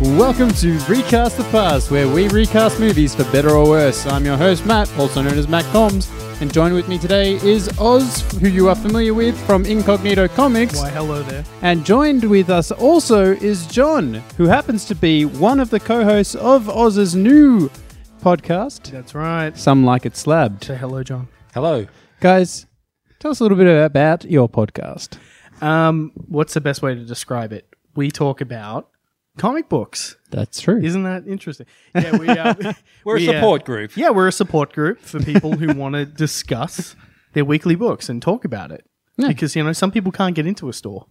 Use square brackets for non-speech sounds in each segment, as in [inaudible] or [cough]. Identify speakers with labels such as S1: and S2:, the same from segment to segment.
S1: Welcome to Recast the Past, where we recast movies for better or worse. I'm your host, Matt, also known as Matt Combs, and joined with me today is Oz, who you are familiar with from Incognito Comics.
S2: Why, hello there.
S1: And joined with us also is John, who happens to be one of the co hosts of Oz's new podcast.
S2: That's right.
S1: Some like it slabbed.
S2: Say hello, John.
S3: Hello.
S1: Guys, tell us a little bit about your podcast.
S2: Um, what's the best way to describe it? We talk about comic books.
S1: That's true.
S2: Isn't that interesting? Yeah, we, [laughs] um,
S3: We're a
S2: we, uh,
S3: support group.
S2: yeah, we're a support group for people who want to discuss their weekly books and talk about it. Because, you know, some people can't get into a store.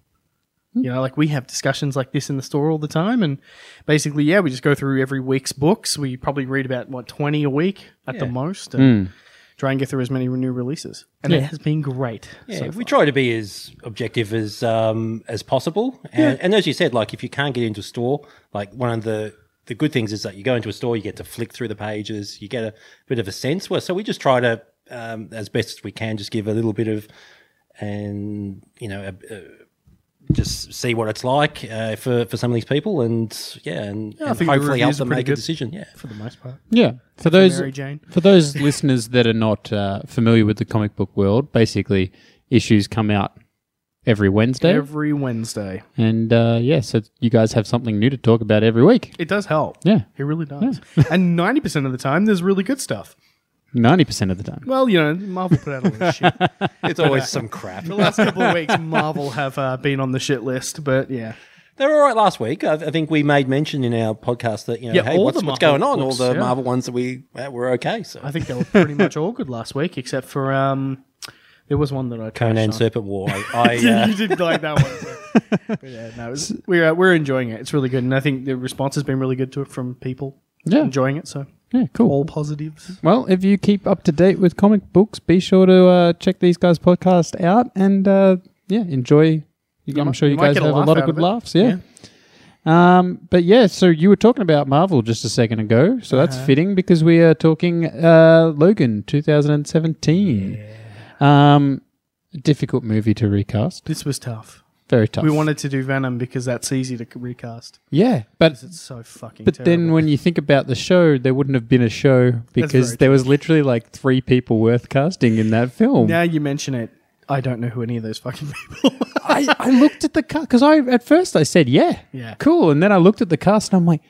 S2: You know, like we have discussions like this in the store all the time. And basically, yeah, we just go through every week's books. We probably read about, what, 20 a week at the most and try and get through as many new releases. And it has been great.
S3: Yeah,
S2: so
S3: we try to be as objective as um, as possible. And, and as you said, like if you can't get into a store, like one of the the good things is that you go into a store, you get to flick through the pages, you get a bit of a sense. Well, so we just try to, um, as best as we can, just give a little bit of, and you know, a, a, just see what it's like uh, for for some of these people, and yeah, and,
S2: I
S3: and
S2: think the
S3: hopefully help
S2: reviews are
S3: them
S2: pretty
S3: make
S2: good.
S3: a decision.
S2: [laughs]
S3: Yeah,
S2: for the most part.
S1: Yeah. For those
S2: Mary Jane.
S1: for those [laughs] listeners that are not uh, familiar with the comic book world, basically issues come out every Wednesday,
S2: Every Wednesday.
S1: and uh, yeah, so you guys have something new to talk about every week.
S2: It does help.
S1: Yeah, [laughs]
S2: It really does. and 90% of the time, there's really good stuff.
S1: ninety percent of the time.
S2: Well, you know, Marvel put out a lot
S1: [laughs]
S2: of shit.
S3: it's always [laughs] some crap.
S2: The last couple of weeks, Marvel have uh, been on the shit list, but yeah.
S3: They were all right last week. I, I think we made mention in our podcast that you know,
S2: Yeah,
S3: hey,
S2: all
S3: what's,
S2: the
S3: what's
S2: Marvel
S3: going on?
S2: books,
S3: all the
S2: yeah.
S3: Marvel ones that we that were okay. So
S2: I think they were pretty much all good last week, except for um, there was one that I
S3: Conan
S2: crashed on.
S3: Serpent
S2: [laughs]
S3: War. I, I
S2: Yeah.
S3: uh,
S2: you did like that one. But yeah, no, it was- we're uh, we're enjoying it. It's really good, and I think the response has been really good to it from people
S1: Yeah.
S2: enjoying it. So
S1: Yeah, cool.
S2: all positives.
S1: Well, if you keep up to date with comic books, be sure to uh, check these guys' podcast out and uh, yeah, enjoy. I'm
S2: might-
S1: sure you,
S2: you might
S1: guys
S2: get
S1: have
S2: a
S1: a
S2: laugh
S1: lot of
S2: out of
S1: good
S2: it.
S1: laughs. Yeah. Um, but yeah, so you were talking about Marvel just a second ago, so that's
S2: Uh-huh.
S1: fitting because we are talking uh, Logan 2017. Um, difficult movie to recast.
S2: This was tough.
S1: Very tough.
S2: We wanted to do Venom because that's easy to c- recast.
S1: yeah, but
S2: It's so fucking.
S1: But
S2: terrible.
S1: then when you think about the show, there wouldn't have been a show because
S2: very
S1: there was literally like three people worth casting in that film.
S2: now you mention it, I don't know who any of those fucking people. are.
S1: I, I looked at the cast because I at first I said yeah,
S2: Yeah.
S1: cool, and then I looked at the cast and I'm like,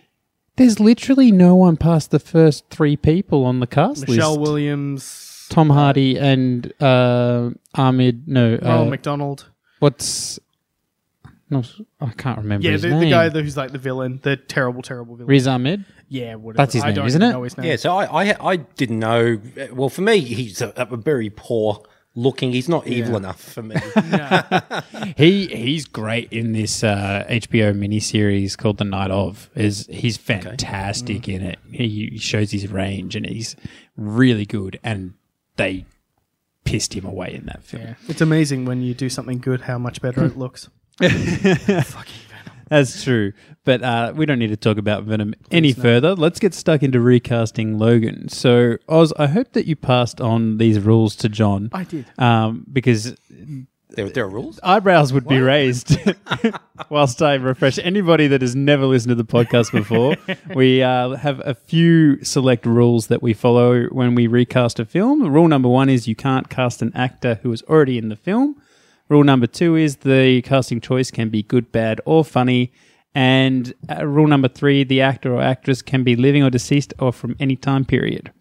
S1: there's literally no one past the first three people on the cast
S2: Michelle
S1: list.
S2: Williams,
S1: Tom Hardy and uh, Ahmed. No, uh,
S2: Ronald McDonald.
S1: what's no, I can't remember.
S2: Yeah,
S1: his
S2: the,
S1: name.
S2: the guy that- who's like the villain, the terrible, terrible villain.
S1: Riz Ahmed.
S2: yeah, whatever.
S1: That's his
S2: I
S1: name,
S2: don't
S1: isn't
S2: even
S1: it?
S2: Know his name.
S3: yeah, so I, I I didn't know. Well, for me, he's a, a very poor looking. He's not evil enough
S2: [laughs]
S3: for me.
S1: He he's great in this uh, HBO miniseries called The Night of. Is he's
S2: Mm.
S1: fantastic in it. He shows his range and he's really good. And they pissed him away in that film.
S2: Yeah. It's amazing when you do something good how much better it looks.
S1: That's true. But uh, we don't need to talk about Venom any further. Let's get stuck into recasting Logan. So Oz, I hope that you passed on these rules to John.
S2: I did.
S1: Um, because
S3: there, there are rules.
S1: eyebrows would be raised [laughs] whilst I refresh. Anybody that has never listened to the podcast before, we uh, have a few select rules that we follow when we recast a film. Rule number one is you can't cast an actor who is already in the film. Rule number two is the casting choice can be good, bad, or funny. And uh, rule number three, the actor or actress can be living or deceased or from any time period.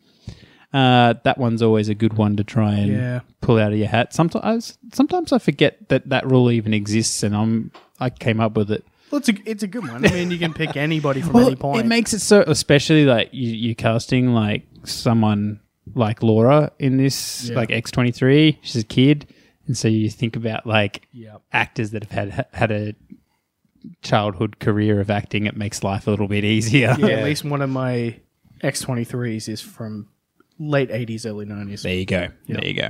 S1: Uh, that one's always a good one to try and
S2: Yeah.
S1: pull out of your hat. Sometimes, sometimes I forget that that rule even exists, and I'm I came up with it.
S2: [laughs] Well, it's a, it's a good one. I mean, you can pick anybody from any point.
S1: it makes it so, especially like you, you're casting like someone like Laura in this, like X twenty three. She's a kid, and so you think about like
S2: Yeah.
S1: actors that have had had a childhood career of acting. It makes life a little bit easier.
S2: yeah, at least one of my X23s is from late 80s, early
S1: [laughs]
S2: 90s.
S1: There you go. There you go.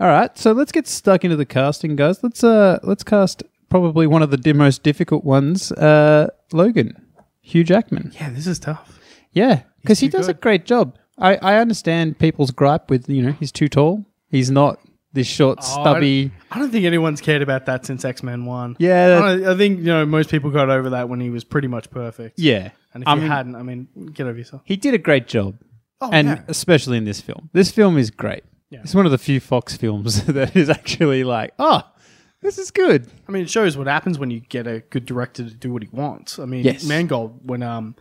S1: All right, so let's get stuck into the casting, guys. Let's uh let's cast probably one of the di- most difficult ones, uh Logan, Hugh Jackman.
S2: Yeah, this is tough.
S1: Yeah, because he
S2: too
S1: does a
S2: good.
S1: great job. I I understand people's gripe with you know he's too tall. He's not This short,
S2: Oh, I-
S1: stubby.
S2: I don't think anyone's cared about that since X Men One.
S1: Yeah, that-
S2: I, don't- I think you know most people got over that when he was pretty much perfect.
S1: Yeah.
S2: and if
S1: I
S2: you
S1: mean,
S2: hadn't, I mean, get over yourself.
S1: he did a great job.
S2: Oh,
S1: and
S2: yeah.
S1: especially in this film. This film is great.
S2: Yeah.
S1: It's one of the few Fox films [laughs] that is actually like, oh, this is good.
S2: I mean, it shows what happens when you get a good director to do what he wants. I mean,
S1: Yes.
S2: Mangold when um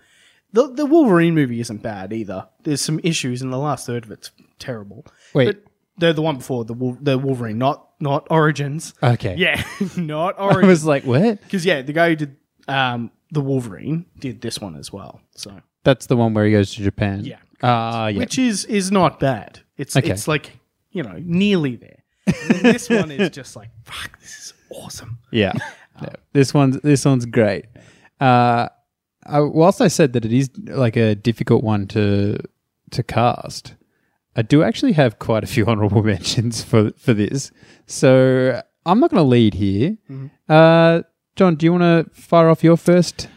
S2: the the Wolverine movie isn't bad either. There's some issues, and the last third of it's terrible.
S1: Wait.
S2: but they're the one before the Wol- the Wolverine, not not Origins.
S1: Okay.
S2: yeah, [laughs] not
S1: Uh, I
S2: Origins.
S1: was like, what?
S2: Because yeah, the guy who did um the Wolverine did this one as well. So
S1: That's the one where he goes to Japan.
S2: Yeah.
S1: Ah, yeah.
S2: which is is not bad. It's
S1: Okay.
S2: it's like you know nearly there. And then this one is just like fuck. This is awesome.
S1: [laughs] Yeah. No, This one's this one's great. Uh, I, whilst I said that it is like a difficult one to to cast, I do actually have quite a few [laughs] honorable mentions for for this. So I'm not going to lead here. Uh, John, do you want to fire off your first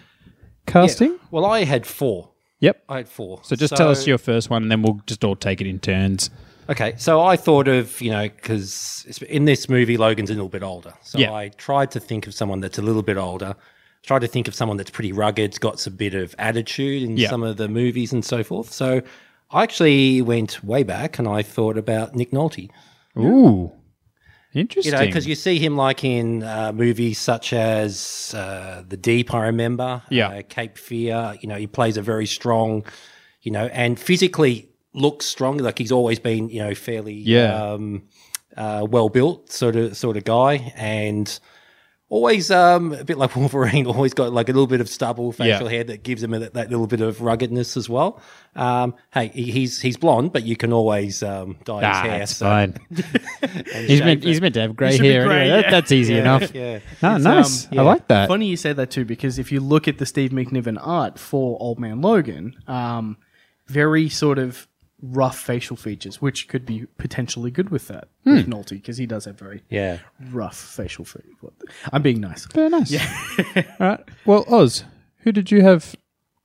S1: casting?
S3: Well, I had four.
S1: Yep.
S3: I had four.
S1: So just tell us your first one, and then we'll just all take it in turns.
S3: Okay, so I thought of, you know, because in this movie, Logan's a little bit older. So
S1: Yeah.
S3: I tried to think of someone that's a little bit older, tried to think of someone that's pretty rugged, got a bit of attitude in
S1: Yeah.
S3: some of the movies and so forth. So I actually went way back and I thought about Nick Nolte.
S1: Ooh, interesting.
S3: You know, because you see him like in uh, movies such as uh, The Deep, I remember.
S1: Yeah.
S3: Uh, Cape Fear. You know, he plays a very strong, you know, and physically looks strong. Like he's always been, you know, fairly
S1: Yeah.
S3: um, uh, well built sort of sort of guy, and always um, a bit like [laughs] Wolverine. Always got like a little bit of stubble, facial hair that gives him that, that little bit of ruggedness as well. Um, hey, he- he's he's blonde, but you can always um, dye
S1: ah,
S3: his hair.
S1: that's
S3: so-
S1: fine.
S3: and
S1: [laughs] He's
S3: shave
S1: meant,
S3: it.
S1: he's meant to have grey
S2: should be
S1: hair. anyway.
S2: grey,
S1: That-
S2: yeah.
S1: that's easy enough.
S3: yeah.
S1: No,
S2: It's,
S1: Oh, nice.
S2: um,
S1: I
S2: yeah.
S1: like that.
S2: Funny you say that too, because if you look at the Steve McNiven art for Old Man Logan, um, very sort of rough facial features, which could be potentially good with that
S1: Hmm.
S2: with Nolte, because he does have very
S3: Yeah.
S2: rough facial features. I'm being nice.
S1: Very nice. [laughs] All right. Uh, Well, Oz, who did you have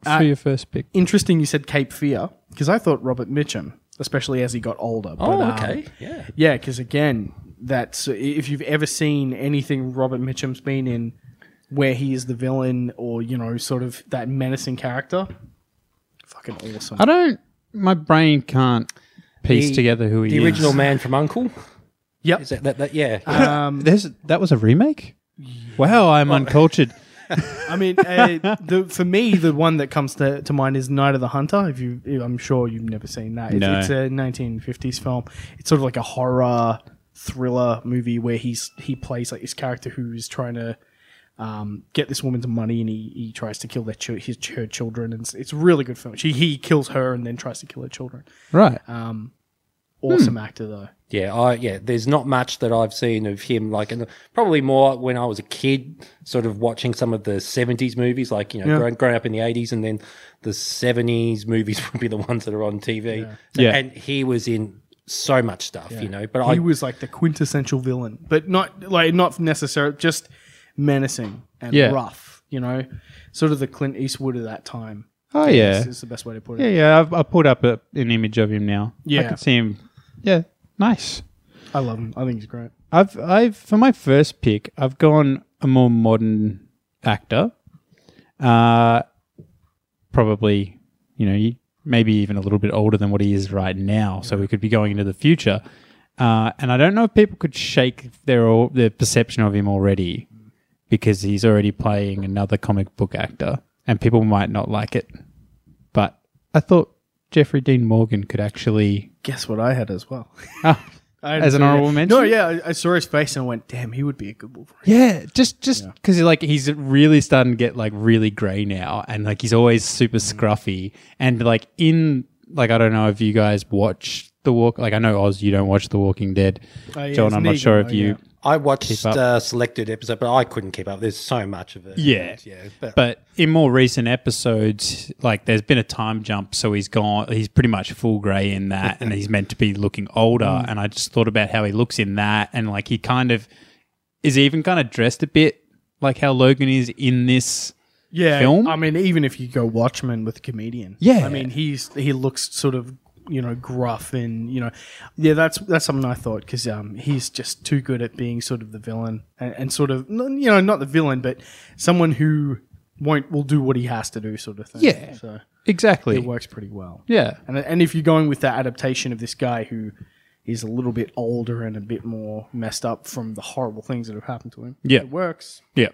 S1: for your first pick?
S2: Interesting, you said Cape Fear, because I thought Robert Mitchum, especially as he got older. But,
S3: Oh,
S2: um,
S3: okay. Yeah.
S2: Yeah, because again, that's if you've ever seen anything Robert Mitchum's been in, where he is the villain or you know sort of that menacing character, fucking awesome.
S1: I don't. My brain can't piece
S3: The-
S1: together who he
S3: The
S1: is.
S3: original man from Uncle. Uh,
S2: Yep.
S3: Is that, that, that yeah.
S2: Um,
S1: There's, that was a remake. Wow, I'm uncultured.
S2: I mean, uh, the, for me, the one that comes to, to mind is Night of the Hunter. If you, I'm sure you've never seen that. It's,
S1: No.
S2: it's a 1950s film. It's sort of like a horror thriller movie where he's he plays like this character who is trying to um, get this woman's money, and he, he tries to kill their ch- his her children. And it's, it's a really good film. She he kills her and then tries to kill her children.
S1: [laughs] Right.
S2: Awesome actor though.
S3: yeah, I yeah, there's not much that I've seen of him like and probably more when I was a kid sort of watching some of the 70s movies like, you know, growing, growing up in the 80s and then the 70s movies [laughs] would be the ones that are on TV. So-
S1: Yeah.
S3: And he was in so much stuff, you know, but I
S2: he was like the quintessential villain, but not like not necessarily just menacing and
S1: Yeah.
S2: rough. You know, sort of the Clint Eastwood of that time.
S1: Oh,
S2: This
S1: yeah.
S2: is the best way to put
S1: Yeah,
S2: it.
S1: yeah. I've, I pulled up a, an image of him now. I
S2: Yeah.
S1: can see him. Yeah, nice.
S2: I love him. I think he's great.
S1: I've I've for my first pick, I've gone a more modern actor. Uh probably, you know, he- maybe even a little bit older than what he is right now, so we could be going into the future. Uh, and I don't know if people could shake their all, their perception of him already because he's already playing another comic book actor and people might not like it. But I thought Jeffrey Dean Morgan could actually
S2: Guess what I had as well.
S1: Ah,
S2: I had
S1: As an
S2: so-
S1: honorable mention?
S2: No, yeah, I, I saw his face and I went, "Damn, he would be a good Wolverine."
S1: Yeah, just just because like he's really starting to get like really grey now, and like he's always super
S2: Mm.
S1: scruffy, and like in like I don't know if you guys watch The Walk. Like I know Oz, you don't watch The Walking Dead,
S2: Oh, yeah,
S1: John.
S2: it's
S1: I'm not
S2: Negan,
S1: sure if
S2: though,
S1: you,
S3: I watched
S1: up.
S3: uh, selected episode, but I couldn't keep up. There's so much of it.
S1: Yeah.
S3: yeah. But,
S1: but in more recent episodes, like there's been a time jump, so he's gone. He's pretty much full grey in that, and he's meant to be looking older.
S2: Mm.
S1: And I just thought about how he looks in that, and like he kind of is even kind of dressed a bit like how Logan is in this.
S2: Yeah,
S1: Film?
S2: I mean, even if you go Watchmen with comedian,
S1: Yeah.
S2: I mean, he's he looks sort of you know gruff and you know yeah that's that's something I thought because um, he's just too good at being sort of the villain and, and sort of n- you know not the villain but someone who won't will do what he has to do sort of thing
S1: Yeah.
S2: so it
S1: Exactly.
S2: works pretty well
S1: Yeah.
S2: and and if you're going with that adaptation of this guy who is a little bit older and a bit more messed up from the horrible things that have happened to him
S1: Yeah.
S2: it works
S1: Yeah.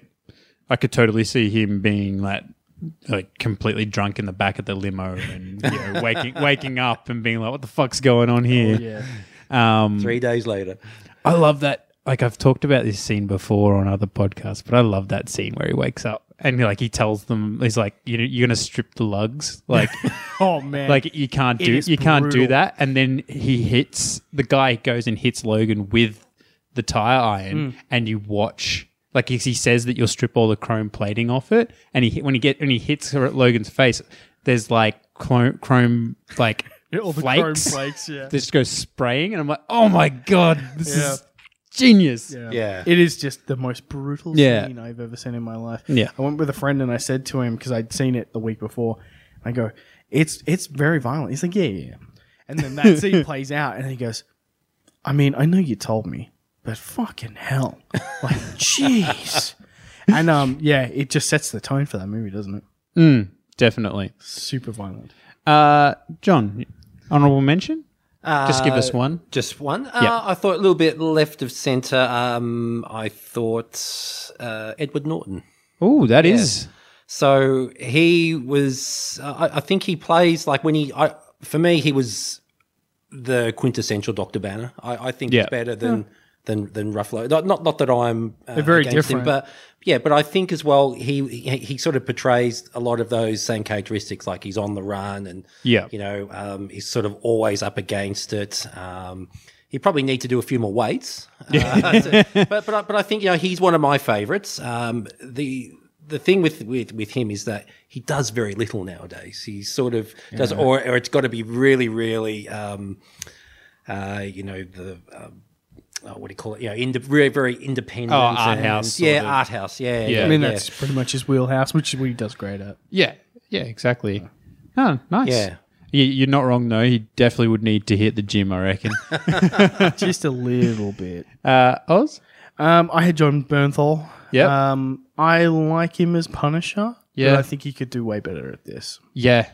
S1: I could totally see him being like like completely drunk in the back of the limo and you [laughs] know, waking waking up and being like, What the fuck's going on here?
S2: yeah
S1: Um
S3: Three days later,
S1: I love that like I've talked about this scene before on other podcasts, but I love that scene where he wakes up and like he tells them he's like, you know, you're gonna strip the lugs. [laughs] Like
S2: oh man
S1: like you can't do
S2: is
S1: you can't do
S2: brutal.
S1: that and then he hits the guy goes and hits logan with the tire iron
S2: Mm.
S1: and you watch like he he says that you'll strip all the chrome plating off it and he hit- when he get when he hits her at logan's face there's like chrome, chrome
S2: [laughs]
S1: like
S2: all the chrome
S1: flakes [laughs]
S2: flakes, yeah.
S1: they just go spraying and i'm like oh my god this
S2: Yeah.
S1: is genius
S3: Yeah.
S2: It is just the most brutal
S1: Yeah.
S2: scene I've ever seen in my life.
S1: Yeah.
S2: I went with a friend and I said to him, because I'd seen it the week before, I go, it's it's very violent. He's like, yeah, yeah. yeah." And then
S1: [laughs]
S2: that scene plays out and he goes, I mean, I know you told me, but fucking hell. Like, jeez. And um, yeah, it just sets the tone for that movie, doesn't it?
S1: definitely
S2: Super violent.
S1: uh john honorable mention just give us
S3: Uh,
S1: one
S3: Just one. Uh, I thought a little bit left of centre. Um, I thought uh, Edward Norton.
S1: oh that is.
S3: So he was. uh, I, I think he plays like when he. I, for me, he was the quintessential Doctor Banner. I, I think
S1: Yeah.
S3: it's better than than than Ruffalo. Not not, not that I'm uh,
S2: very
S3: against
S2: different.
S3: him, but yeah. But I think as well, he, he he sort of portrays a lot of those same characteristics, like he's on the run and
S1: Yeah.
S3: you know, um, he's sort of always up against it. Um, he probably need to do a few
S1: [laughs]
S3: more weights, uh, to- but but I, but I think you know he's one of my favourites. Um, the the thing with, with with him is that he does very little nowadays. He sort of does, or, or it's got to be really really, um, uh, you know, the um, oh, what do you call it? You know, inde- very very independent.
S1: Oh, art
S3: and-
S1: house sort
S3: yeah,
S1: of.
S3: art house, yeah,
S1: Yeah.
S2: I mean, that's pretty much his wheelhouse, which he does great at.
S1: Yeah, yeah, exactly. Oh, nice.
S3: Yeah.
S1: You- You're not wrong, though. He definitely would need to hit the gym, I reckon.
S2: Just a little bit.
S1: uh, Oz?
S2: Um, I had John Bernthal.
S1: Yep.
S2: Um, I like him as Punisher.
S1: Yeah.
S2: But I think he could do way better at this.
S1: Yeah.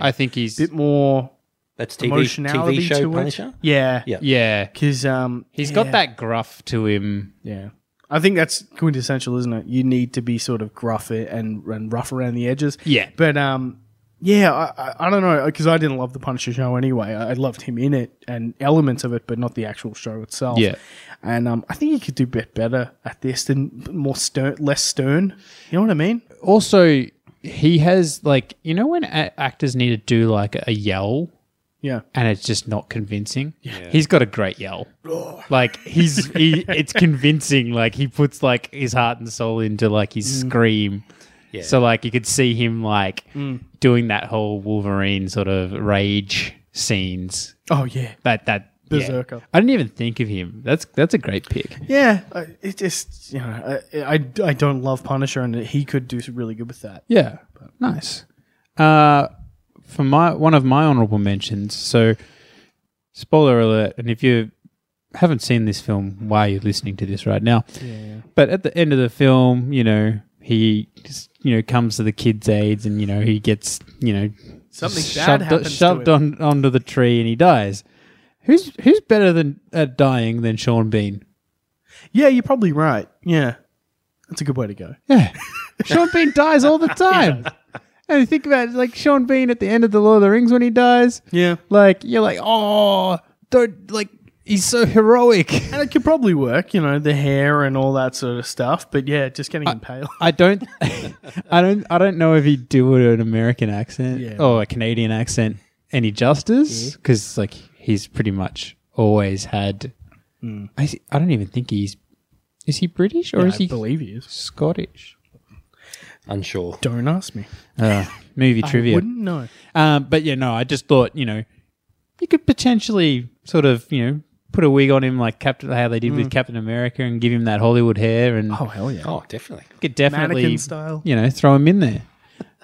S1: I think he's.
S2: Bit more
S3: that's TV
S2: emotionality
S3: TV show
S2: to
S3: Punisher.
S2: it. Yeah.
S3: Yeah.
S1: yeah.
S2: Because um,
S1: he's
S2: he's
S1: got that gruff to him.
S2: Yeah. I think that's quintessential, isn't it? You need to be sort of gruff and and rough around the edges.
S1: Yeah.
S2: But um, yeah, I, I, I don't know because I didn't love the Punisher show anyway. I, I loved him in it and elements of it, but not the actual show itself.
S1: Yeah.
S2: And um, I think he could do a bit better at this than more stern, less stern. You know what I mean?
S1: Also, he has, like, you know, when a- actors need to do, like, a yell
S2: Yeah.
S1: and it's just not convincing. He's got a great yell. Like he's he, it's convincing. Like he puts like his heart and soul into like his scream. So like you could see him like doing that whole Wolverine sort of rage scenes.
S2: Oh yeah.
S1: That that yeah.
S2: Berserker.
S1: I didn't even think of him. That's that's a great pick.
S2: Yeah, I- it just you know I, I, I don't love Punisher and he could do really good with that.
S1: Yeah, nice. Uh, for my one of my honorable mentions. So, spoiler alert! And if you haven't seen this film, why are you listening to this right now? But at the end of the film, you know he just, you know comes to the kids' aids, and you know he gets you know
S2: Something bad
S1: shoved, uh,
S2: happens
S1: shoved
S2: to him.
S1: on onto the tree, and he dies. Who's who's better than at dying than Sean Bean?
S2: Yeah, you're probably right. Yeah, that's a good way to go.
S1: Yeah. Sean Bean dies [laughs] all the time. And you think about it, like Sean Bean at the end of The Lord of the Rings when he dies.
S2: Yeah,
S1: Like, you're like, oh, don't, like, he's so heroic.
S2: and it could probably work. You know, the hair and all that sort of stuff. But yeah, just getting
S1: [laughs]
S2: impaled.
S1: [laughs] I don't, I don't, I don't know if he'd do it an American accent
S2: Yeah.
S1: or a Canadian accent any justice because, like, he's pretty much always had. I, see- I don't even think he's, is he British or is
S2: I
S1: he
S2: believe he is.
S1: Scottish?
S3: Unsure.
S2: Don't ask me.
S1: Uh, movie [laughs]
S2: I
S1: trivia.
S2: wouldn't know.
S1: Um, but yeah, no, I just thought you know you could potentially sort of you know put a wig on him like Captain how they did
S2: Mm.
S1: with Captain America and give him that Hollywood hair and
S2: hell yeah!
S3: Oh, definitely.
S1: could definitely
S2: Oh, Mannequin style.
S1: you know throw him in there.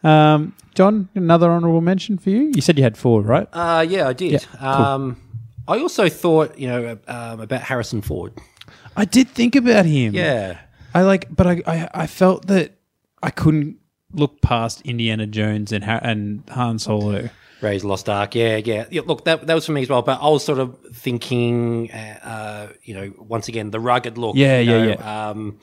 S1: Um, John, another honourable mention for you. You said you had four, right?
S3: Uh, yeah, I did.
S1: Yeah, cool.
S3: um, I also thought, you know, um, about Harrison Ford.
S1: I did think about him.
S3: Yeah.
S1: I like, but I, I, I felt that I couldn't look past Indiana Jones and ha- and Han Solo.
S3: Ray's Lost Ark. Yeah, yeah. yeah look, that, that was for me as well. But I was sort of thinking, uh, uh, you know, once again, the rugged look.
S1: Yeah,
S3: you
S1: yeah,
S3: know,
S1: yeah.
S3: Um,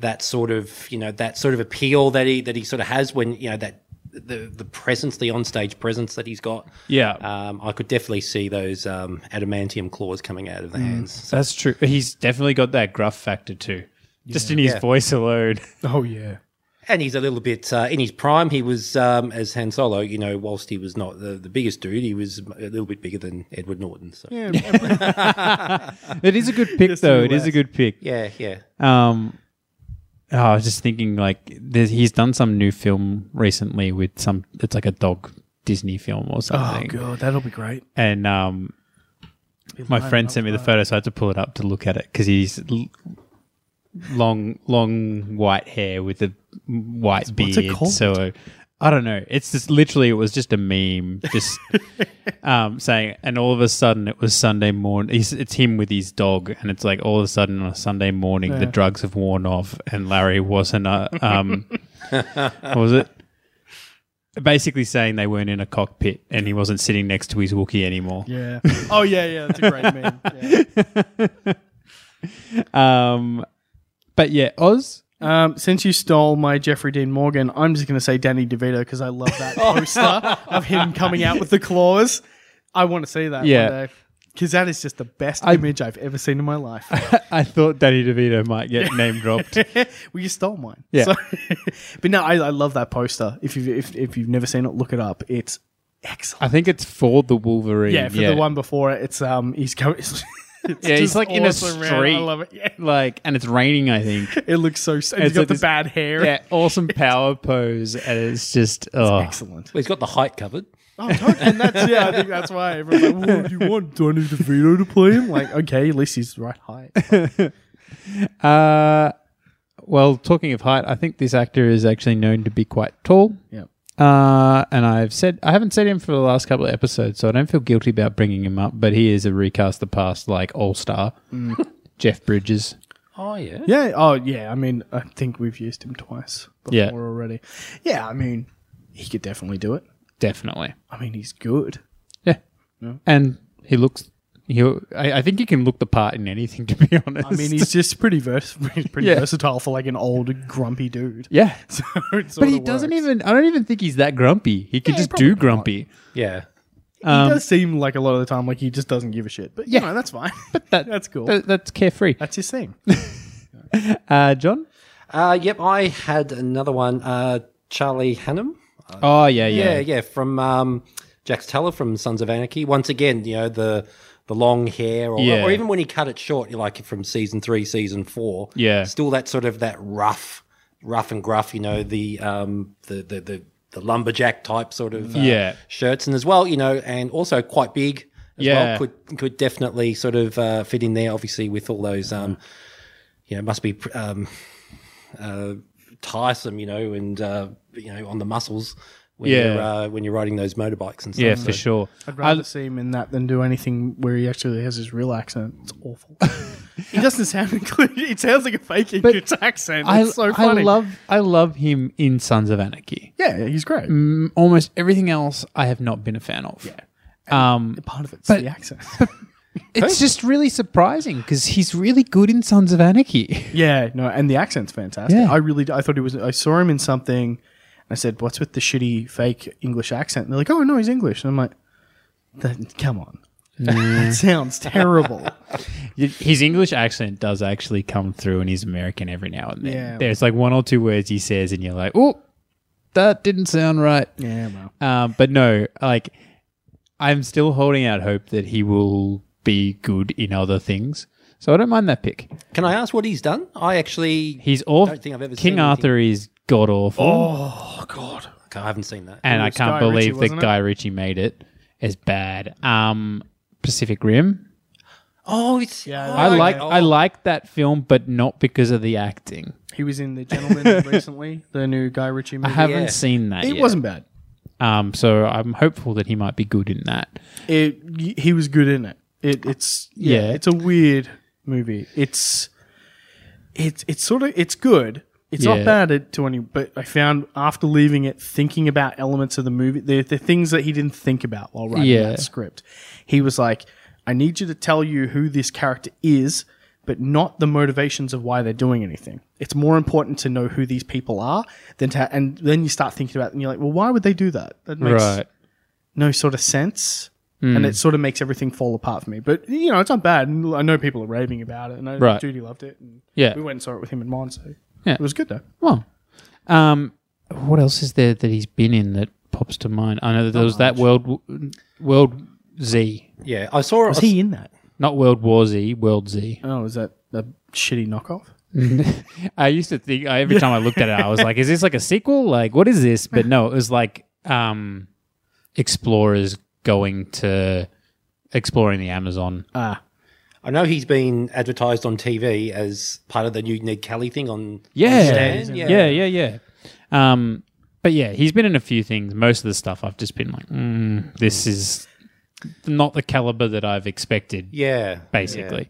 S3: that sort of, you know, that sort of appeal that he that he sort of has when you know that the the presence, the onstage presence that he's got.
S1: Yeah.
S3: Um, I could definitely see those um, adamantium claws coming out of the hands. So,
S1: That's true. He's definitely got that gruff factor too, just in his voice alone.
S2: Oh yeah.
S3: and he's a little bit uh, in his prime. He was um, as Han Solo, you know, whilst he was not the, the biggest dude, he was a little bit bigger than Edward Norton. So yeah,
S1: It is a good pick
S2: a
S1: though.
S2: little
S1: It is a
S2: less.
S1: good pick.
S3: yeah, yeah.
S1: Um, oh, I was just thinking like there's, he's done some new film recently with some. It's like a dog Disney film or
S2: Oh
S1: something.
S2: god, that'll be great.
S1: and um, my friend sent me the photo, so I had to pull it up to look at it because he's l- long, long white hair with a white
S2: what's it
S1: beard.
S2: called?
S1: So I don't know. It's just literally it was just a meme,
S2: [laughs]
S1: just um, saying. And all of a sudden, it was Sunday morning. He's, it's him with his dog, and it's like all of a sudden on a Sunday morning, the drugs have worn off, and Larry wasn't a
S2: [laughs]
S1: um, what was it? Basically saying they weren't in a cockpit and he wasn't sitting next to his Wookiee anymore. [laughs]
S2: Yeah. Oh yeah, yeah. That's a great meme. Yeah.
S1: Um, but yeah, Oz. [laughs]
S2: Um, since you stole my Jeffrey Dean Morgan, I'm just going to say Danny DeVito because I love
S1: [laughs]
S2: that poster of him coming out with the claws. I want to see that
S1: Yeah.
S2: one day. Because that is just the best image I've ever seen in my
S1: [laughs]
S2: life. [laughs]
S1: I thought Danny DeVito might get name dropped.
S2: well, you stole mine.
S1: Yeah.
S2: So, [laughs] but no, I, I love that poster. If you've if, if you've never seen it, look it up. It's excellent.
S1: I think it's for the Wolverine.
S2: Yeah, for the one before it, it's um he's going. [laughs] It's, it's
S1: Yeah, he's
S2: just
S1: like in a
S2: awesome, man.
S1: street.
S2: I love it. Yeah. [laughs]
S1: Like, and it's raining. I think.
S2: It looks so. And he's
S1: It's
S2: got
S1: like
S2: the
S1: this-
S2: bad hair. [laughs]
S1: yeah, awesome power pose, and it's just oh,
S2: Excellent.
S3: Well, he's got the height covered.
S2: Oh, totally. and that's yeah. I think that's why everyone's like, well, "Do you want Danny DeVito to play him?" Like, okay, at least he's
S1: [laughs]
S2: right height.
S1: Uh, well, talking of height, I think this actor is actually known to be quite tall.
S2: Yeah.
S1: Uh, and I've said I haven't said him for the last couple of episodes, so I don't feel guilty about bringing him up. But he is a recast the past like all star,
S2: Mm.
S1: [laughs] Jeff Bridges.
S3: Oh yeah.
S2: Yeah. Oh, yeah. I mean, I think we've used him twice before
S1: Yeah.
S2: already. Yeah. I mean, he could definitely do it.
S1: Definitely,
S2: I mean, he's good.
S1: yeah. And he looks. He, I, I think he can look the part in anything. [laughs] To be honest,
S2: I mean, he's just pretty vers- [laughs] he's pretty
S1: Yeah.
S2: versatile for like an old grumpy
S1: [laughs]
S2: dude. [laughs]
S1: yeah.
S2: So
S1: But he doesn't even. I don't even think he's that grumpy. He could
S2: Yeah,
S1: just
S2: probably
S1: do
S2: not.
S1: grumpy.
S3: Yeah.
S2: he does seem like a lot of the time like he just doesn't give a shit. But yeah,
S1: Um, Yeah.
S2: that's fine.
S1: That-
S2: [laughs] that's cool.
S1: that- that's carefree.
S2: that's his thing.
S1: Uh, John.
S3: Uh, yep, I had another one. Uh, Charlie Hannum.
S2: Uh,
S1: Oh yeah, yeah.
S3: Yeah, yeah, from um, Jax Teller from Sons of Anarchy. Once again, you know the the long hair, or,
S1: Yeah.
S3: or even when he cut it short, you like from season three, season four.
S1: Yeah.
S3: still that sort of that rough, rough and gruff. You know the um, the the the, the lumberjack type sort of uh,
S1: Yeah.
S3: shirts, and as well, you know, and also quite big. As
S1: Yeah.
S3: well, could could definitely sort of uh, fit in there. Obviously, with all those, um, you know, must be pr- um, uh, tiresome, you know, and uh, you know on the muscles when
S1: Yeah.
S3: you're uh, when you're riding those motorbikes and stuff.
S1: Yeah,
S3: So-
S1: for sure.
S2: I'd rather see him in that than do anything where he actually has his real accent. It's awful. [laughs] he doesn't sound [laughs] included. It sounds like a fake English accent.
S1: I,
S2: It's so funny.
S1: I love I love him in Sons of Anarchy.
S2: Yeah, he's great.
S1: Mm, Almost everything else I have not been a fan of. Yeah. Um,
S2: Part of it's
S1: But-
S2: the accent.
S1: it's just really surprising because he's really good in Sons of Anarchy.
S2: [laughs]
S1: [laughs]
S2: yeah, no, and the accent's fantastic.
S1: Yeah.
S2: I really, I thought he was. I saw him in something. And I said, "What's with the shitty fake English accent?" And they're like, "Oh no, he's English." And I'm like, that, "Come on, [laughs] that sounds terrible."
S1: His English accent does actually come through, and he's American every now and then.
S2: Yeah.
S1: There's like one or two words he says, and you're like, "Oh, that didn't sound right."
S2: [laughs] yeah, well,
S1: Um, but no, like I'm still holding out hope that he will be good in other things. So I don't mind that pick.
S3: Can I ask what he's done? I actually
S1: He's awful.
S3: Don't think I've ever
S1: King
S3: seen
S1: Arthur is god awful,
S2: oh god,
S3: I haven't seen that.
S1: and I
S2: was
S1: can't
S2: Guy Ritchie,
S1: believe that
S2: wasn't it?
S1: Guy Ritchie made it. It's bad. Um, Pacific Rim.
S3: Oh, it's
S2: Yeah,
S3: oh,
S1: I
S2: Okay.
S1: like I
S3: oh.
S1: like that film, but not because of the acting.
S2: He was in The Gentleman [laughs] recently, the new Guy Ritchie
S1: I
S2: movie.
S1: haven't
S3: Yeah.
S1: seen that.
S2: it
S1: yet.
S2: wasn't bad.
S1: Um, so I'm hopeful that he might be good in that.
S2: It y- he was good in it. It it's yeah,
S1: Yeah.
S2: it's a weird movie. It's it's it's sort of it's good. It's
S1: Yeah.
S2: not bad at, to any, but I found after leaving it, thinking about elements of the movie, the, the things that he didn't think about while writing
S1: Yeah.
S2: that script. He was like, "I need you to tell you who this character is, but not the motivations of why they're doing anything. It's more important to know who these people are than to." ha- And then you start thinking about, it and you're like, "Well, why would they do that? That makes
S1: right.
S2: no sort of sense.
S1: Hmm.
S2: And it sort of makes everything fall apart for me. But, you know, it's not bad. And I know people are raving about it. And I,
S1: Right.
S2: Judy loved it. And
S1: Yeah.
S2: We went and saw it with him and Mon. So
S1: Yeah.
S2: it was good, though.
S1: Well, um, what else is there that he's been in that pops to mind? I know that there was that World World Z,
S3: yeah. I saw.
S2: Was he in that?
S1: not World War Z, World Z.
S2: Oh, is that a shitty knockoff?
S1: I used to think I- every time I looked at it, I was like, "Is this like a sequel? Like, what is this?" But no, it was like um, explorers going to exploring the Amazon.
S2: Ah,
S3: I know he's been advertised on TV as part of the new Ned Kelly thing on.
S1: Yeah.
S3: Stan,
S1: yeah,
S3: yeah.
S1: yeah, yeah, Um, but yeah, he's been in a few things. Most of the stuff I've just been like, mm, "This is not the caliber that I've expected."
S3: Yeah,
S1: basically.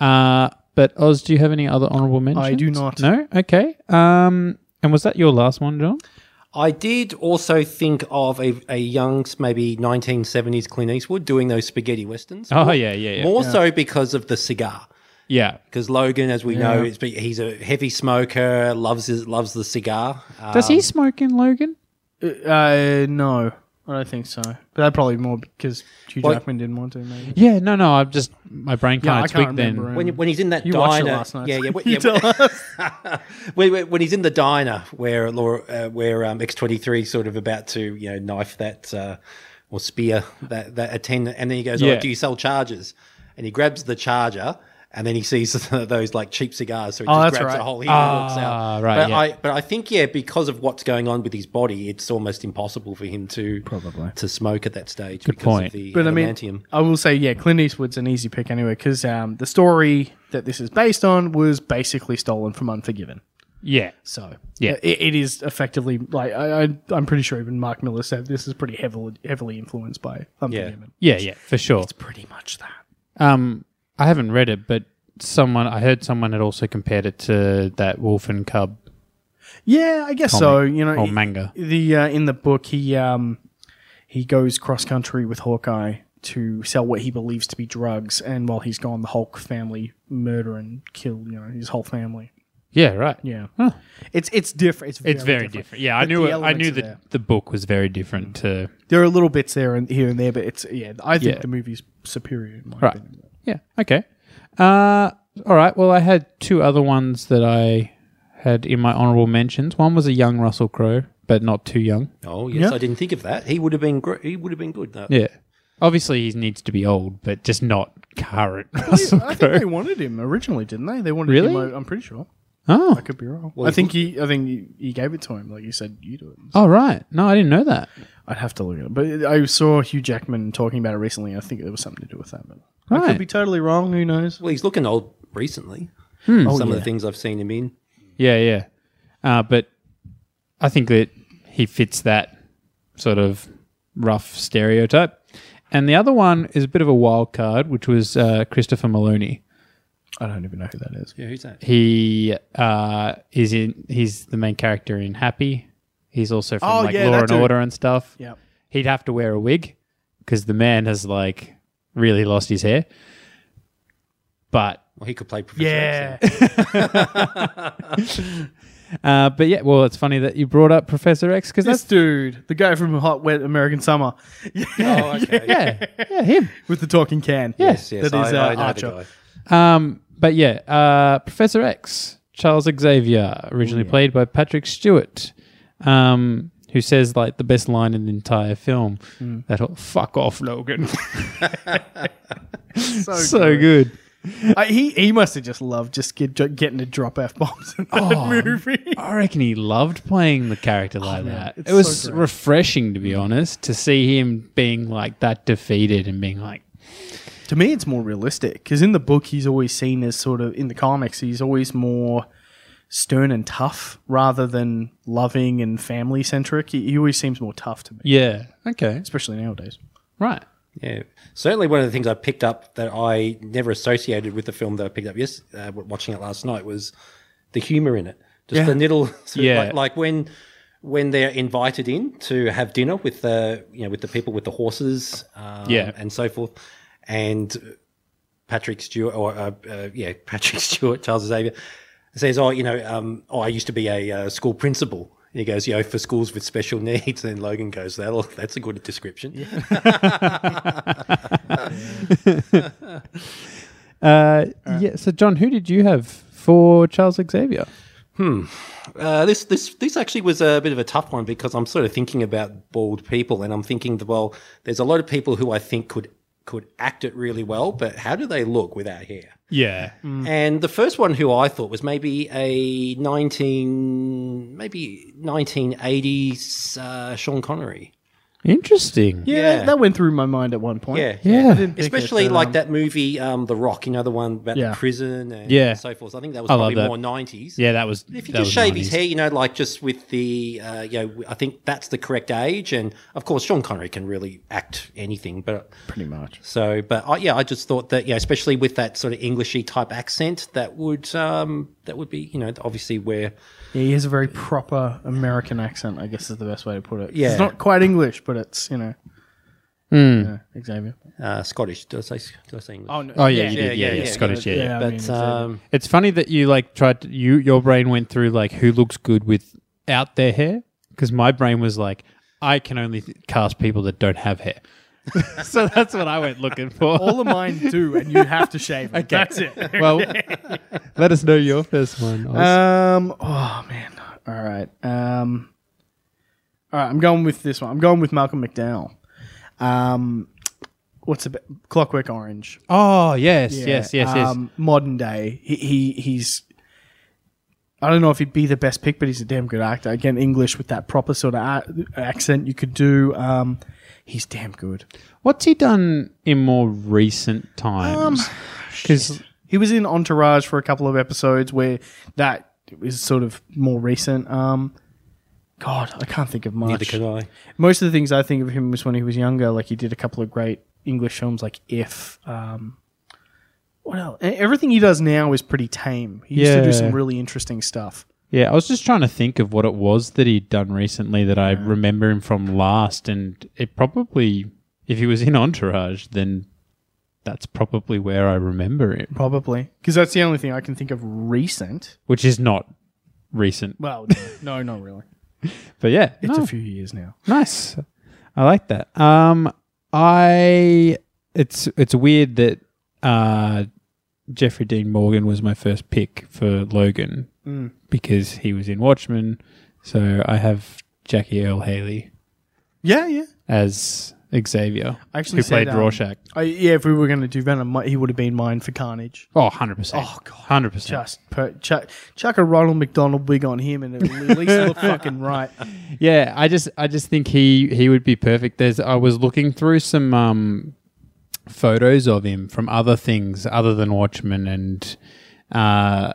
S1: Uh, but Oz, do you have any other honourable mentions?
S2: I do not.
S1: No. Okay. Um, and was that your last one, John?
S3: I did also think of a, a Young's maybe 1970s Clint Eastwood doing those spaghetti westerns.
S1: Oh yeah, yeah, yeah.
S3: More so because of the cigar.
S1: yeah.
S3: Because Logan, as we know, is, he's a heavy smoker, loves his, loves the cigar. Uh,
S1: Does he smoke in Logan?
S2: uh, no. I don't think so. But that probably more because Hugh
S3: Well-
S2: Jackman didn't want to, maybe.
S1: Yeah. No, no. I've just my brain
S2: Yeah,
S1: kind
S2: I
S1: of
S2: can't
S1: tweaked then.
S2: remember.
S3: when, when he's in that
S2: You
S3: diner,
S2: watched it last night.
S3: yeah,
S2: [laughs]
S3: yeah, when-
S2: You
S3: yeah,
S2: tell
S3: when- [laughs] when, when- when he's in the diner where Laura, uh, where um, X twenty three sort of about to you know knife that uh, or spear that that attendant, and then he goes,
S1: Yeah.
S3: "Oh, do you sell chargers?" And he grabs the charger, and then he sees [laughs] those like cheap cigars, so he
S2: Oh,
S3: just
S2: that's
S3: grabs
S2: right.
S3: a whole heap and walks
S1: Ah,
S3: out.
S1: right,
S3: but
S1: yeah.
S3: I but I think yeah, because of what's going on with his body, it's almost impossible for him to probably to smoke at that stage. Good because
S1: point.
S3: Of the
S2: But I
S3: adamantium.
S2: mean, I will say, yeah, Clint Eastwood's an easy pick anyway because um, the story that this is based on was basically stolen from Unforgiven.
S1: Yeah.
S2: So
S1: Yeah.
S2: yeah, it, it is effectively like I, I, I'm pretty sure even Mark Miller said this is pretty heavily heavily influenced by Unforgiven.
S1: Yeah. Yeah. For sure.
S2: Pretty much that.
S1: Um, I haven't read it, but someone I heard someone had also compared it to that Wolf and Cub
S2: Yeah, I
S1: Oh,
S2: guess so. You know,
S1: or
S2: he-
S1: manga.
S2: the uh, in the book he um he goes cross country with Hawkeye to sell what he believes to be drugs, and while he's gone, the Hulk family murder and kill you know his whole family.
S1: Yeah. Right.
S2: Yeah,
S1: Huh.
S2: it's it's different. It's very
S1: It's very different. Yeah, I
S2: But
S1: knew.
S2: the
S1: It, I
S2: elements
S1: knew
S2: are
S1: that
S2: there. Mm.
S1: the book was very different to
S2: There are little bits there and here and there, but it's yeah. I think
S1: Yeah.
S2: the movie's superior. In my
S1: Right.
S2: opinion.
S1: Yeah. Okay. Uh, all right. Well, I had two other ones that I had in my honorable mentions. One was a young Russell Crowe, but not too young.
S3: oh yes, I didn't think of that. He would have been gr- he would have been good. Though.
S1: Yeah. Obviously, he needs to be old, but just not current Russell
S2: I think
S1: Crowe.
S2: they wanted him originally, didn't they? They wanted
S1: Really?
S2: him. I- I'm pretty sure.
S1: [laughs] Oh.
S2: I could be wrong.
S3: Well,
S2: I think he. I think he, he gave it to him. Like you said, you do it.
S1: Oh right. No, I didn't know that.
S2: I'd have to look at it. But I saw Hugh Jackman talking about it recently. I think there was something to do with that. But I
S1: Right.
S2: could be totally wrong. Who knows?
S3: Well, he's looking old recently.
S1: Hmm. Oh,
S3: Some of the things I've seen him in.
S1: Yeah. Yeah. Uh, but I think that he fits that sort of rough stereotype. And the other one is a bit of a wild card, which was uh, Christopher Maloney.
S2: I don't even know who that is.
S3: Yeah, who's that?
S1: He uh, is in. He's the main character in Happy. He's also from
S2: Oh,
S1: like
S2: yeah,
S1: Law
S2: that
S1: and
S2: dude.
S1: Order and stuff.
S2: Yep.
S1: He'd have to wear a wig because the man has like really lost his hair. But
S3: Well, he could play Professor X.
S1: [laughs] uh, but yeah, well, it's funny that you brought up Professor X because
S2: [laughs] This
S1: that's
S2: dude, the guy from Hot Wet American Summer, [laughs]
S3: then. Oh, okay.
S1: [laughs] yeah, yeah, him.
S2: with the talking can.
S3: Yes, yes.
S2: That is,
S3: I,
S2: uh,
S3: I know
S2: Archer.
S3: the guy.
S1: Um, but yeah, uh, Professor X, Charles Xavier, originally played by Patrick Stewart, um, who says like the best line in the entire film.
S2: Hmm.
S1: That whole, fuck off, Logan. [laughs]
S2: So,
S1: so good.
S2: I, he he must have just loved just get, getting to drop f bombs in that [laughs] movie.
S1: I reckon he loved playing the character like that.
S2: Oh, it's
S1: It was
S2: so great. Hmm.
S1: refreshing, to be honest, to see him being like that defeated and being like,
S2: to me it's more realistic because in the book he's always seen as sort of in the comics he's always more stern and tough rather than loving and family centric. He, he always seems more tough to me,
S1: Yeah. Okay.
S2: especially nowadays.
S1: Right.
S3: Yeah, certainly one of the things I picked up that I never associated with the film that I picked up yes, uh, watching it last night was the humor in it. Just the little, [laughs] sort of
S1: Yeah.
S3: like, like when when they're invited in to have dinner with the you know with the people with the horses, um,
S1: Yeah.
S3: and so forth, and Patrick Stewart or uh, uh, yeah [laughs] Patrick Stewart Charles Xavier says oh you know um, oh I used to be a uh, school principal. And he goes, you know, for schools with special [laughs] needs. And Logan goes, "That'll that's a good description."
S1: Uh, Yeah. So, John, who did you have for Charles Xavier?
S3: Uh, this this this actually was a bit of a tough one because I'm sort of thinking about bald people, and I'm thinking, well, there's a lot of people who I think could could act it really well, but how do they look without hair?
S1: Yeah.
S3: And the first one who I thought was maybe a 19 maybe 1980s uh, Sean Connery.
S1: Interesting.
S2: Yeah,
S3: Yeah.
S2: That, that went through my mind at one point.
S3: Yeah,
S1: Yeah.
S2: pick
S3: Especially
S2: it, but,
S3: like
S2: um,
S3: that movie, um, The Rock. You know the one about
S2: Yeah.
S3: the prison and
S1: Yeah.
S3: so forth. I think that was
S1: I love
S3: probably
S1: that.
S3: more nineties.
S1: Yeah, that was.
S3: If you
S1: that
S3: just
S1: was
S3: shave his
S1: 90s.
S3: hair, you know, like just with the, uh, you know, I think that's the correct age. And of course, Sean Connery can really act anything, but
S2: pretty much.
S3: so, but I, yeah, I just thought that, yeah, especially with that sort of Englishy type accent, that would, um, that would be, you know, obviously where,
S2: Yeah, he has a very proper American accent. I guess is the best way to put it. 'Cause
S3: Yeah.
S2: it's not quite English, but it's you know. Yeah, Xavier.
S3: uh, Scottish. Did I say, did I say English?
S2: no.
S1: Oh yeah, you did. Yeah,
S3: yeah,
S1: yeah,
S3: yeah,
S1: Scottish. Yeah, yeah.
S2: yeah. I mean,
S3: But,
S2: Xavier.
S3: um,
S1: It's funny that you like tried to, you your brain went through like who looks good without their hair because my brain was like I can only th- cast people that don't have hair. [laughs] so that's what I went looking for. [laughs]
S2: All of mine do, and you have to shave. It. That's it.
S1: well, let us know your first one. Oz.
S2: Um. Oh man. All right. Um. All right. I'm going with this one. I'm going with Malcolm McDowell. Um. What's a Clockwork Orange?
S1: oh yes, yes, yes, yes.
S2: Um, modern day. He, he he's. I don't know if he'd be the best pick, but he's a damn good actor. Again, English with that proper sort of ac- accent you could do. Um, he's damn good.
S1: What's he done in more recent times? Because
S2: He was in Entourage for a couple of episodes where that is sort of more recent. Um, God, I can't think of much.
S3: neither can I.
S2: most of the things I think of him was when he was younger. Like he did a couple of great English films, like If. Um, what else? E- Everything he does now is pretty tame. He used to do
S1: Yeah.
S2: some really interesting stuff.
S1: Yeah, I was just trying to think of what it was that he'd done recently that I remember him from last, and it probably, if he was in [laughs] Entourage, then that's probably where I remember him,
S2: Probably because that's the only thing I can think of recent.
S1: which is not recent.
S2: Well, [laughs] no, not really.
S1: But yeah,
S2: It's
S1: no,
S2: a few years now.
S1: nice. I like that. Um, I it's it's weird that uh, Jeffrey Dean Morgan was my first pick for Logan
S2: Mm.
S1: because he was in Watchmen, so I have Jackie Earl Haley.
S2: Yeah, yeah.
S1: as Xavier,
S2: I actually
S1: who
S2: said,
S1: played
S2: um,
S1: Rorschach.
S2: I, yeah, if we were going to do Venom, mi- he would have been mine for Carnage.
S1: Oh, 100%. Oh, God. 100%.
S2: Just per, chuck, chuck a Ronald McDonald wig on him, and it will at least look fucking
S1: [laughs]
S2: right.
S1: Yeah, I just I just think he he would be perfect. There's I was looking through some um photos of him from other things other than Watchmen and uh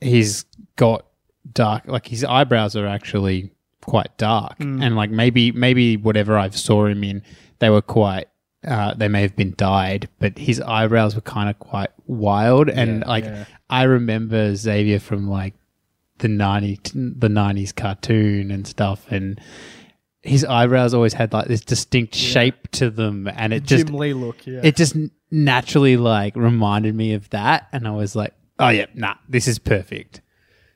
S1: he's got dark like his eyebrows are actually quite dark and like maybe maybe whatever I've saw him in they were quite uh, they may have been dyed, but his eyebrows were kind of quite wild, and like I remember Xavier from like the ninety the nineties cartoon and stuff, and his eyebrows always had like this distinct shape to them, and it just
S2: Jim Lee look. Yeah.
S1: it just n- naturally like reminded me of that, and I was like, oh yeah, nah, this is perfect.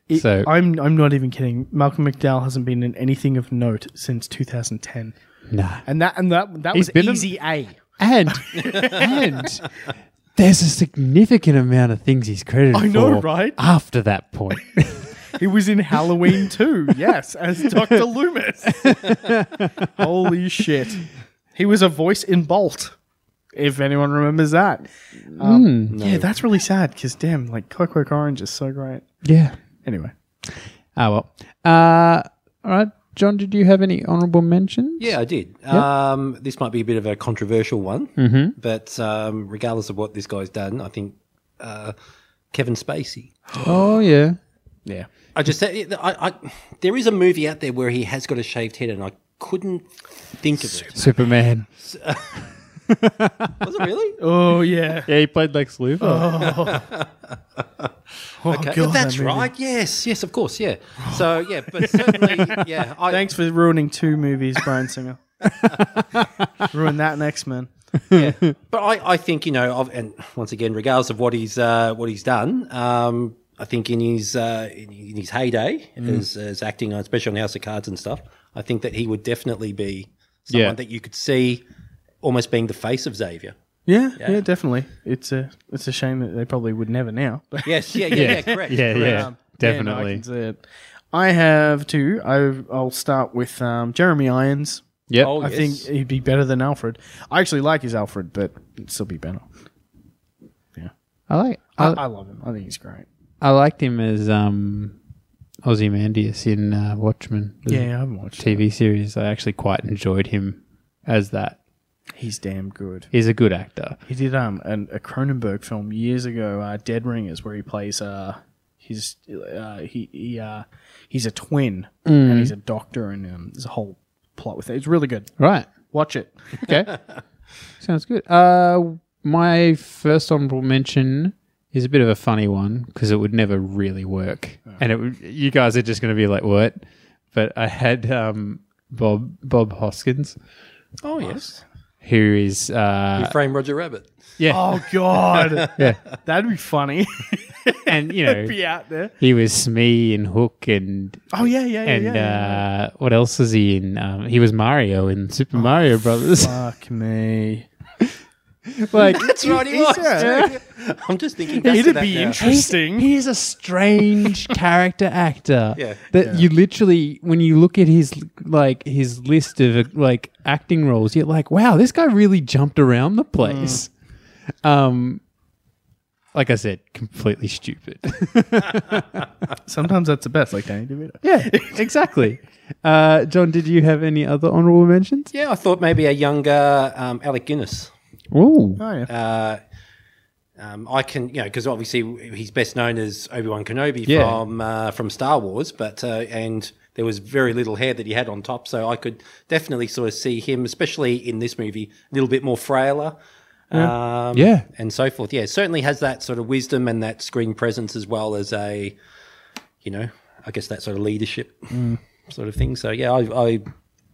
S2: It-
S1: so
S2: I'm I'm not even kidding. Malcolm McDowell hasn't been in anything of note since 2010,
S1: nah,
S2: and that and that that
S1: He's
S2: was
S1: been in-
S2: easy
S1: [laughs]
S2: A.
S1: and and. There's a significant amount of things he's credited
S2: I
S1: for
S2: know, right?
S1: after that [laughs] point.
S2: He was in Halloween too, yes, as
S1: [laughs]
S2: Doctor Loomis. Holy shit! He was a voice in Bolt, if anyone remembers that. Um,
S1: Hmm.
S2: Yeah, that's really sad because damn, like Clockwork Orange is so great.
S1: yeah.
S2: Anyway,
S1: Ah well. Uh, all right. John, did you have any honourable mentions?
S3: Yeah, I did. Um, this might be a bit of a controversial one, mm-hmm. but um, regardless of what this guy's done, I think uh, Kevin Spacey.
S1: Oh yeah.
S2: Yeah.
S3: I just said I, I, there is a movie out there where he has got a shaved head, and I couldn't think of it.
S1: Superman.
S3: Was it really?
S2: [laughs] Oh yeah.
S1: Yeah, he played Lex Luthor.
S2: Oh
S3: Okay.
S2: God,
S3: That's
S2: that movie.
S3: right. Yes, yes, of course. Yeah. So yeah, but
S2: [laughs]
S3: certainly, yeah. I,
S2: Thanks for ruining two movies, Brian [laughs] Singer. Ruin that next man.
S3: But I, I think you know, of, and once again, regardless of what he's uh, what he's done, um, I think in his uh, in, in his heyday
S2: Mm.
S3: as, as acting, on, especially on House of Cards and stuff, I think that he would definitely be someone
S1: Yeah.
S3: that you could see almost being the face of Xavier.
S2: Yeah, yeah, definitely. It's a it's a shame that they probably would never now. But [laughs]
S3: Yes, yeah, yeah, yeah, correct.
S1: Yeah,
S3: correct.
S1: yeah,
S2: Yeah, no, I
S1: definitely.
S2: can see it. I have two. I I'll start with um, Jeremy Irons.
S1: Yep.
S3: Oh,
S2: I
S3: yes.
S2: think he'd be better than Alfred. I actually like his Alfred, but it'd still be better.
S1: I like.
S2: I,
S1: I,
S2: I love him. I think he's great.
S1: I liked him as um, Ozymandias in uh, Watchmen. the
S2: Yeah, I haven't watched.
S1: TV series. I actually quite enjoyed him as that.
S2: He's damn good.
S1: He's a good actor.
S2: He did um an, a Cronenberg film years ago, uh, Dead Ringers, where he plays uh his uh, he he uh he's a twin and he's a doctor, and um, there's a whole plot with it. It's really good.
S1: Right.
S2: Watch it.
S1: Okay. [laughs] Sounds good. Uh, my first honorable mention is a bit of a funny one because it would never really work, and it would, you guys are just going to be like, "What?" But I had um, Bob Bob Hoskins,
S3: Oh yes.
S1: who is
S3: You
S1: [laughs] uh,
S3: frame Roger Rabbit.
S2: Oh God,
S1: yeah,
S2: [laughs] that'd be funny. [laughs]
S1: and you know
S2: be out there.
S1: he was Smee and Hook and
S2: Oh yeah, yeah, yeah.
S1: and
S2: yeah, yeah.
S1: uh, what else is he in? Um, he was Mario in Super Mario Brothers.
S2: Fuck me.
S1: like
S3: That's right. He was. [laughs] I'm just thinking. back to
S2: It'd
S3: that
S2: be
S3: now.
S2: interesting.
S1: He is a
S2: [laughs]
S1: strange character actor.
S3: Yeah.
S1: That you literally, when you look at his like his list of like acting roles, you're like, wow, this guy really jumped around the place.
S2: Mm.
S1: Um, like I said, completely stupid.
S2: [laughs]
S1: [laughs]
S2: Sometimes that's the best, like Danny DeVito.
S1: yeah, exactly. Uh, John, did you have any other honorable mentions?
S3: Yeah, I thought maybe a younger um, Alec Guinness.
S1: Ooh.
S2: Oh yeah.
S3: uh, um, I can, you know, because obviously he's best known as Obi Wan Kenobi
S1: Yeah.
S3: from uh, from Star Wars, but uh, and there was very little hair that he had on top, so I could definitely sort of see him, especially in this movie, a little bit more frailer, um,
S1: Yeah.
S3: and so forth. Yeah, certainly has that sort of wisdom and that screen presence as well as a, you know, I guess that sort of leadership
S1: Mm.
S3: sort of thing. So yeah, I, I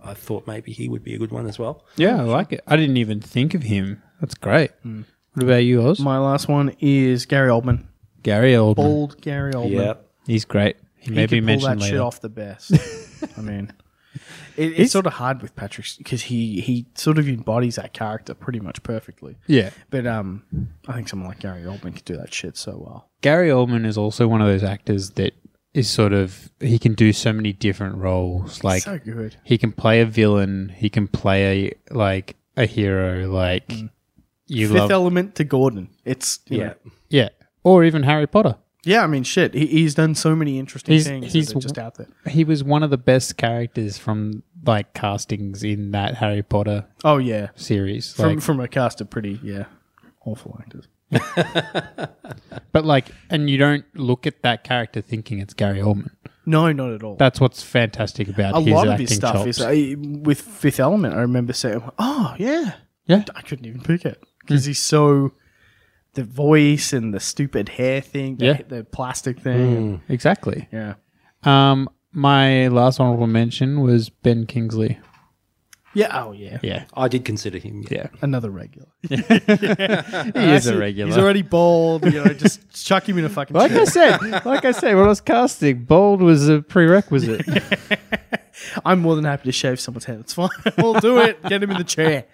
S3: I thought maybe he would be a good one as well.
S1: Yeah, I like it. I didn't even think of him. That's great. What about you, Oz?
S2: Mm. My last one is Gary Oldman.
S1: Gary Oldman.
S2: Old Gary Oldman.
S1: He's great. He,
S2: he
S1: may be
S2: could pull that
S1: mentioned
S2: shit
S1: later.
S2: off
S1: [laughs]
S2: the best. I mean, it, it's sort of hard with Patrick because he he sort of embodies that character pretty much perfectly.
S1: Yeah.
S2: But um, I think someone like Gary Oldman could do that shit so well.
S1: Gary Oldman is also one of those actors that is sort of he can do so many different roles. Like
S2: So good.
S1: he can play a villain, he can play a like a hero, like you
S2: Mm. Fifth
S1: love,
S2: Element to Gordon. It's yeah,
S3: Yeah.
S1: yeah, or even Harry Potter.
S2: yeah. I mean, shit. He, he's done so many interesting
S1: He's-
S2: things.
S1: he's
S2: that are just out there.
S1: He was one of the best characters from like castings in that Harry Potter
S2: Oh yeah,
S1: series.
S2: from
S1: Like,
S2: from a cast of pretty yeah awful actors.
S1: but like, and you don't look at that character thinking it's Gary Oldman.
S2: No, not at all.
S1: That's what's fantastic about
S2: a
S1: his
S2: lot of
S1: acting
S2: his stuff
S1: chops.
S2: is I, with Fifth Element. I remember saying, "Oh yeah,
S1: yeah,
S2: I couldn't even pick it because he's so the voice and the stupid hair thing, the,
S1: Yeah. Hmm.
S2: the plastic thing.
S1: exactly.
S2: Yeah,
S1: Um, my last honorable mention was Ben Kingsley.
S2: yeah, oh yeah,
S1: Yeah.
S3: I did consider him.
S1: Yeah.
S2: another regular.
S1: He is
S2: Actually, He's already bald. You know, just chuck him in a fucking
S1: like I
S2: [laughs] chair.
S1: said, like I said, when I was casting, bold was a prerequisite.
S2: I'm more than happy to shave someone's head. It's fine. [laughs] we'll do it. Get him in the chair.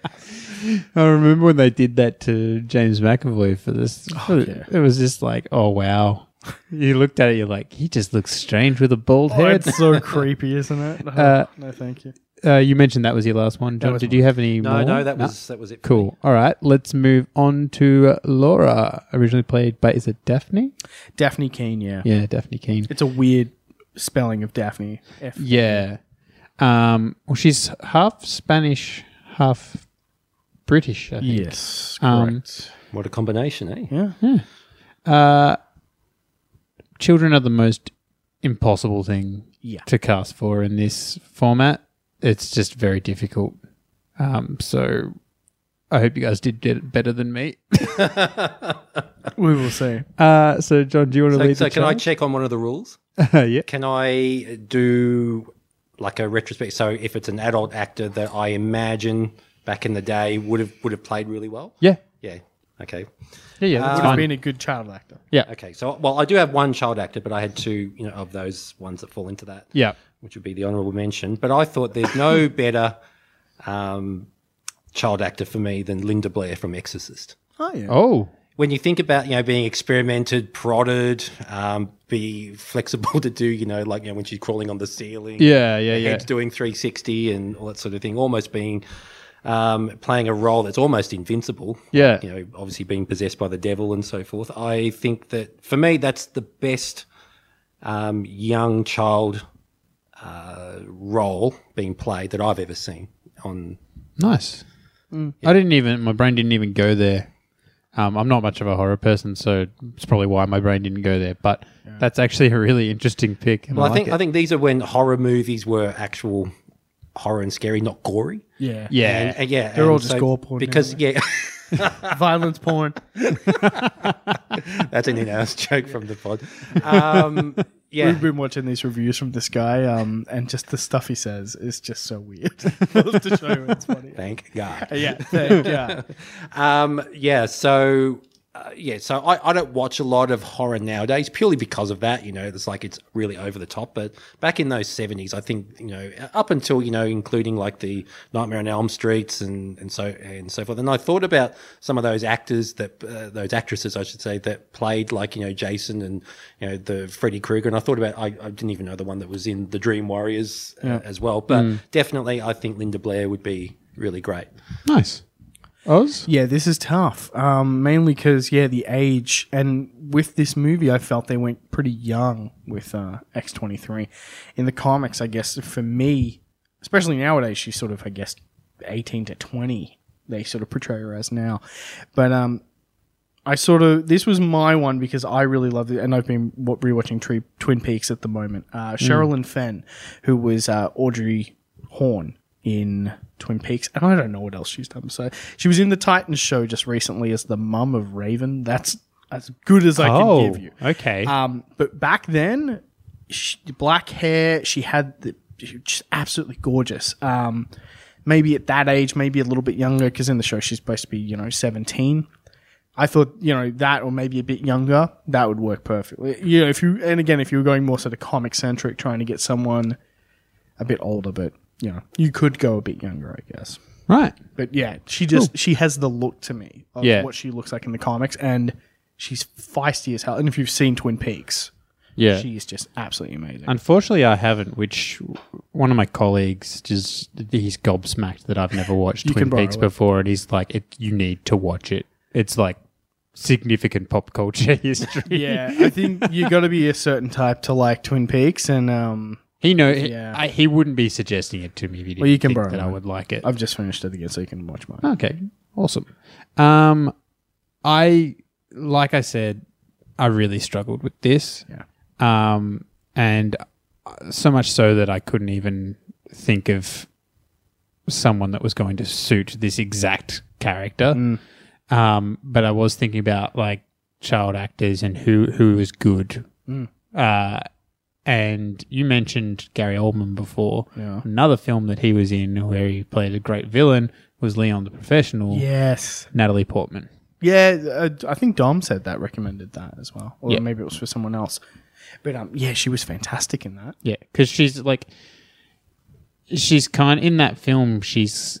S1: I remember when they did that to James McAvoy for this.
S2: yeah.
S1: It was just like, oh wow. You looked at it, you're like, he just looks strange with a bald
S2: Oh,
S1: head.
S2: it's so creepy, isn't it? no, thank you.
S1: Uh, you mentioned that was your last one, John.
S2: was
S1: Did
S2: mine.
S1: you have any?
S3: No,
S1: more?
S3: no, that was that was it. for me.
S1: cool. All right, let's move on to uh, Laura, originally played by is it Daphne?
S2: Daphne Keene. Yeah.
S1: Yeah, Daphne Keene.
S2: it's a weird spelling of Daphne. F.
S1: Yeah. Um, well, she's half Spanish, half British. I think.
S2: Yes,
S1: Um,
S2: correct.
S3: What a combination, eh?
S1: Hmm.
S2: yeah.
S1: Children are the most impossible thing
S2: Yeah.
S1: to cast for in this format. It's just very difficult. Um, so I hope you guys did it better than me.
S2: We will see.
S1: [laughs] Uh, so John, do you want to
S3: So,
S1: lead
S3: so
S1: the
S3: can I
S1: charge?
S3: check on one of the rules?
S1: [laughs] yeah.
S3: Can I do like a retrospect? So if it's an adult actor that I imagine back in the day would have would have played really well.
S1: Yeah.
S3: Yeah. Okay.
S1: Yeah, yeah, that's
S2: Would have
S1: fine.
S2: been a good child actor.
S1: yeah.
S3: Uh, Okay. So well, I do have one child actor, but I had two, you know, of those ones that fall into that.
S1: Yeah.
S3: Which would be the honourable mention. But I thought
S1: [laughs]
S3: there's no better um, child actor for me than Linda Blair from Exorcist.
S2: Oh yeah.
S1: Oh.
S3: when you think about you know being experimented, prodded, um, be flexible [laughs] to do you know like you know when she's crawling on the ceiling,
S1: Yeah, yeah, yeah.
S3: head's doing 360 and all that sort of thing, almost being um, playing a role that's almost invincible.
S1: Yeah.
S3: you know, obviously being possessed by the devil and so forth. I think that for me, that's the best um, young child uh, role being played that I've ever seen on
S1: Nice.
S2: Mm.
S1: I didn't even. My brain didn't even go there. Um, I'm not much of a horror person, so it's probably why my brain didn't go there. But that's actually a really interesting pick. and
S3: Well, I,
S1: like
S3: think
S1: it.
S3: I think these are when horror movies were actual horror and scary, not gory.
S2: Yeah.
S1: yeah,
S3: And- and yeah,
S2: They're
S3: and
S2: all just gore porn
S3: Because yeah, [laughs]
S2: Violence porn.
S3: that's an in-house joke from the pod. Um, yeah,
S2: We've been watching these reviews from this guy, um, and just the stuff he says is just so [laughs] weird. I'll have to show you. It's funny.
S3: thank God.
S2: [laughs] Yeah. thank- yeah.
S3: Um, yeah, so. Uh, yeah, so I, I don't watch a lot of horror nowadays purely because of that. You know, it's like it's really over the top. But back in those seventies, I think you know uh, up until you know including like the Nightmare on Elm Streets and and so and so forth. And I thought about some of those actors that uh, those actresses, I should say, that played like you know Jason and you know the Freddy Krueger. And I thought about I, I didn't even know the one that was in the Dream Warriors uh, as well. But definitely, I think Linda Blair would be really great.
S1: nice. Oz.
S2: Yeah, this is tough. Um, mainly because yeah, the age and with this movie, I felt they went pretty young with uh, X twenty three. In the comics, I guess for me, especially nowadays, she's sort of I guess eighteen to twenty. They sort of portray her as now, but um, I sort of this was my one because I really loved it, and I've been wa- rewatching Tre- Twin Peaks at the moment.
S1: Mm.
S2: Uh, Sherilyn Fenn, who was uh, Audrey Horn in Twin Peaks, and I don't know what else she's done. So she was in the Titans show just recently as the mum of Raven. That's as good as I can
S1: Oh,
S2: give you.
S1: okay.
S2: Um, but back then, she, black hair. She had the she was just absolutely gorgeous. Um, maybe at that age, maybe a little bit younger, because in the show she's supposed to be you know seventeen. I thought you know that, or maybe a bit younger, that would work perfectly. You know, if you and again, if you were going more sort of comic centric, trying to get someone a bit older, but you know, you could go a bit younger, I guess.
S1: right.
S2: But yeah, she just she has the look to me of
S1: Yeah.
S2: what she looks like in the comics, and she's feisty as hell. And if you've seen Twin Peaks,
S1: Yeah.
S2: she is just
S1: [laughs]
S2: absolutely amazing.
S1: Unfortunately, I haven't. Which one of my colleagues just he's gobsmacked that I've never watched
S2: can
S1: Twin
S2: borrow
S1: Peaks
S2: it.
S1: before, and he's like, it, "You need to watch it. It's like significant pop culture [laughs] history."
S2: yeah, I think you got to be a certain type to like Twin Peaks, and um,
S1: He know
S2: Yeah.
S1: I, he wouldn't be suggesting it to me if he didn't
S2: you can
S1: think
S2: borrow
S1: that I
S2: mine.
S1: would like it.
S2: I've just finished it again, so you can watch mine.
S1: Okay, awesome. Um, I like I said, I really struggled with this.
S2: Yeah.
S1: Um, and uh, so much so that I couldn't even think of someone that was going to suit this exact character. Um, but I was thinking about like child actors and who who was good. Uh, and you mentioned Gary Oldman before.
S2: Yeah.
S1: Another film that he was in where he played a great villain was Leon the Professional.
S2: Yes,
S1: Natalie Portman.
S2: yeah, uh, I think Dom said that recommended that as well, or
S1: Yeah.
S2: maybe it was for someone else. But um, yeah, she was fantastic in that.
S1: Yeah, because she's like, she's kind in that film. She's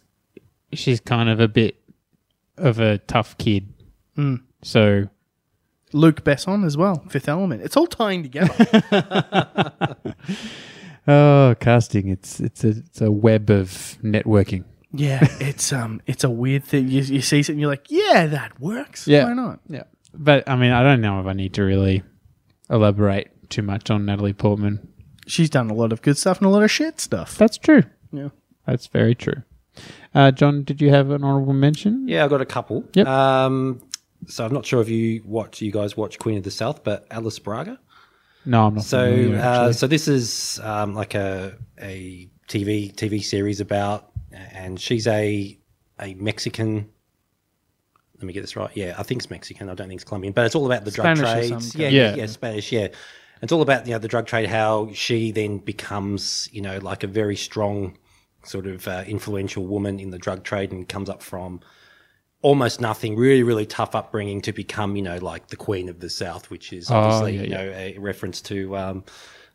S1: she's kind of a bit of a tough kid. So
S2: Luke Besson as well, Fifth Element. It's all tying together.
S1: oh, casting it's it's a it's a web of networking.
S2: yeah, it's um, it's a weird thing. You, you see something, you're like, yeah, that works.
S1: Yeah.
S2: why not?
S1: Yeah, but I mean, I don't know if I need to really elaborate too much on Natalie Portman.
S2: she's done a lot of good stuff and a lot of shit stuff.
S1: That's true.
S2: Yeah.
S1: That's very true. Uh, John, did you have an honorable mention?
S3: Yeah, I got a couple.
S1: Yep.
S3: Um, so I'm not sure if you watch, you guys watch Queen of the South, but Alice Braga.
S1: No, I'm not.
S3: So,
S1: familiar,
S3: uh,
S1: actually.
S3: so this is um, like a a TV TV series about, and she's a a Mexican. Let me get this right. Yeah, I think it's Mexican. I don't think it's Colombian, but it's all about the
S2: Spanish or
S3: drug trades.
S2: something.
S3: Yeah, yeah,
S1: Yeah.
S3: yeah, Spanish. Yeah, it's all about you know the drug trade. How she then becomes you know like a very strong sort of uh, influential woman in the drug trade and comes up from almost nothing, really, really tough upbringing to become, you know, like the queen of the South, which is obviously,
S1: Oh, yeah,
S3: you know, a reference to um,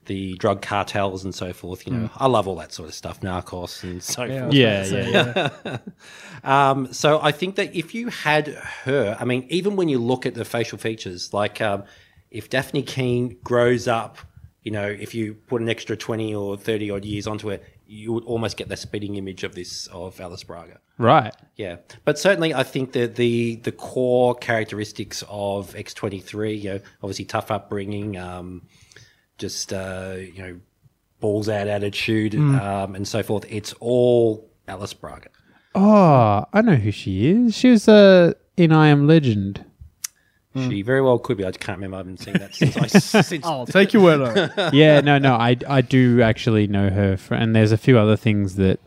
S3: the drug cartels and so forth. You know, I love all that sort of stuff, narcos and so forth.
S1: yeah, yeah, yeah.
S3: Um, so I think that if you had her, I mean, even when you look at the facial features, like um, if Daphne Keane grows up, you know, if you put an extra 20 or 30 odd years onto it, you would almost get the spitting image of this, of Alice Braga.
S1: Right.
S3: Yeah, but certainly I think that the the core characteristics of X twenty three, you know, obviously tough upbringing, um, just uh, you know, balls out attitude,
S2: Hmm.
S3: um, and so forth. It's all Alice Braga.
S1: Oh, I know who she is. She was uh, in I Am Legend.
S2: Hmm.
S3: She very well could be. I can't remember. I haven't seen that
S2: [laughs]
S3: since. I, since
S2: I'll Oh, take your word on it.
S1: yeah, no, no, I, I do actually know her, fr and there's a few other things that.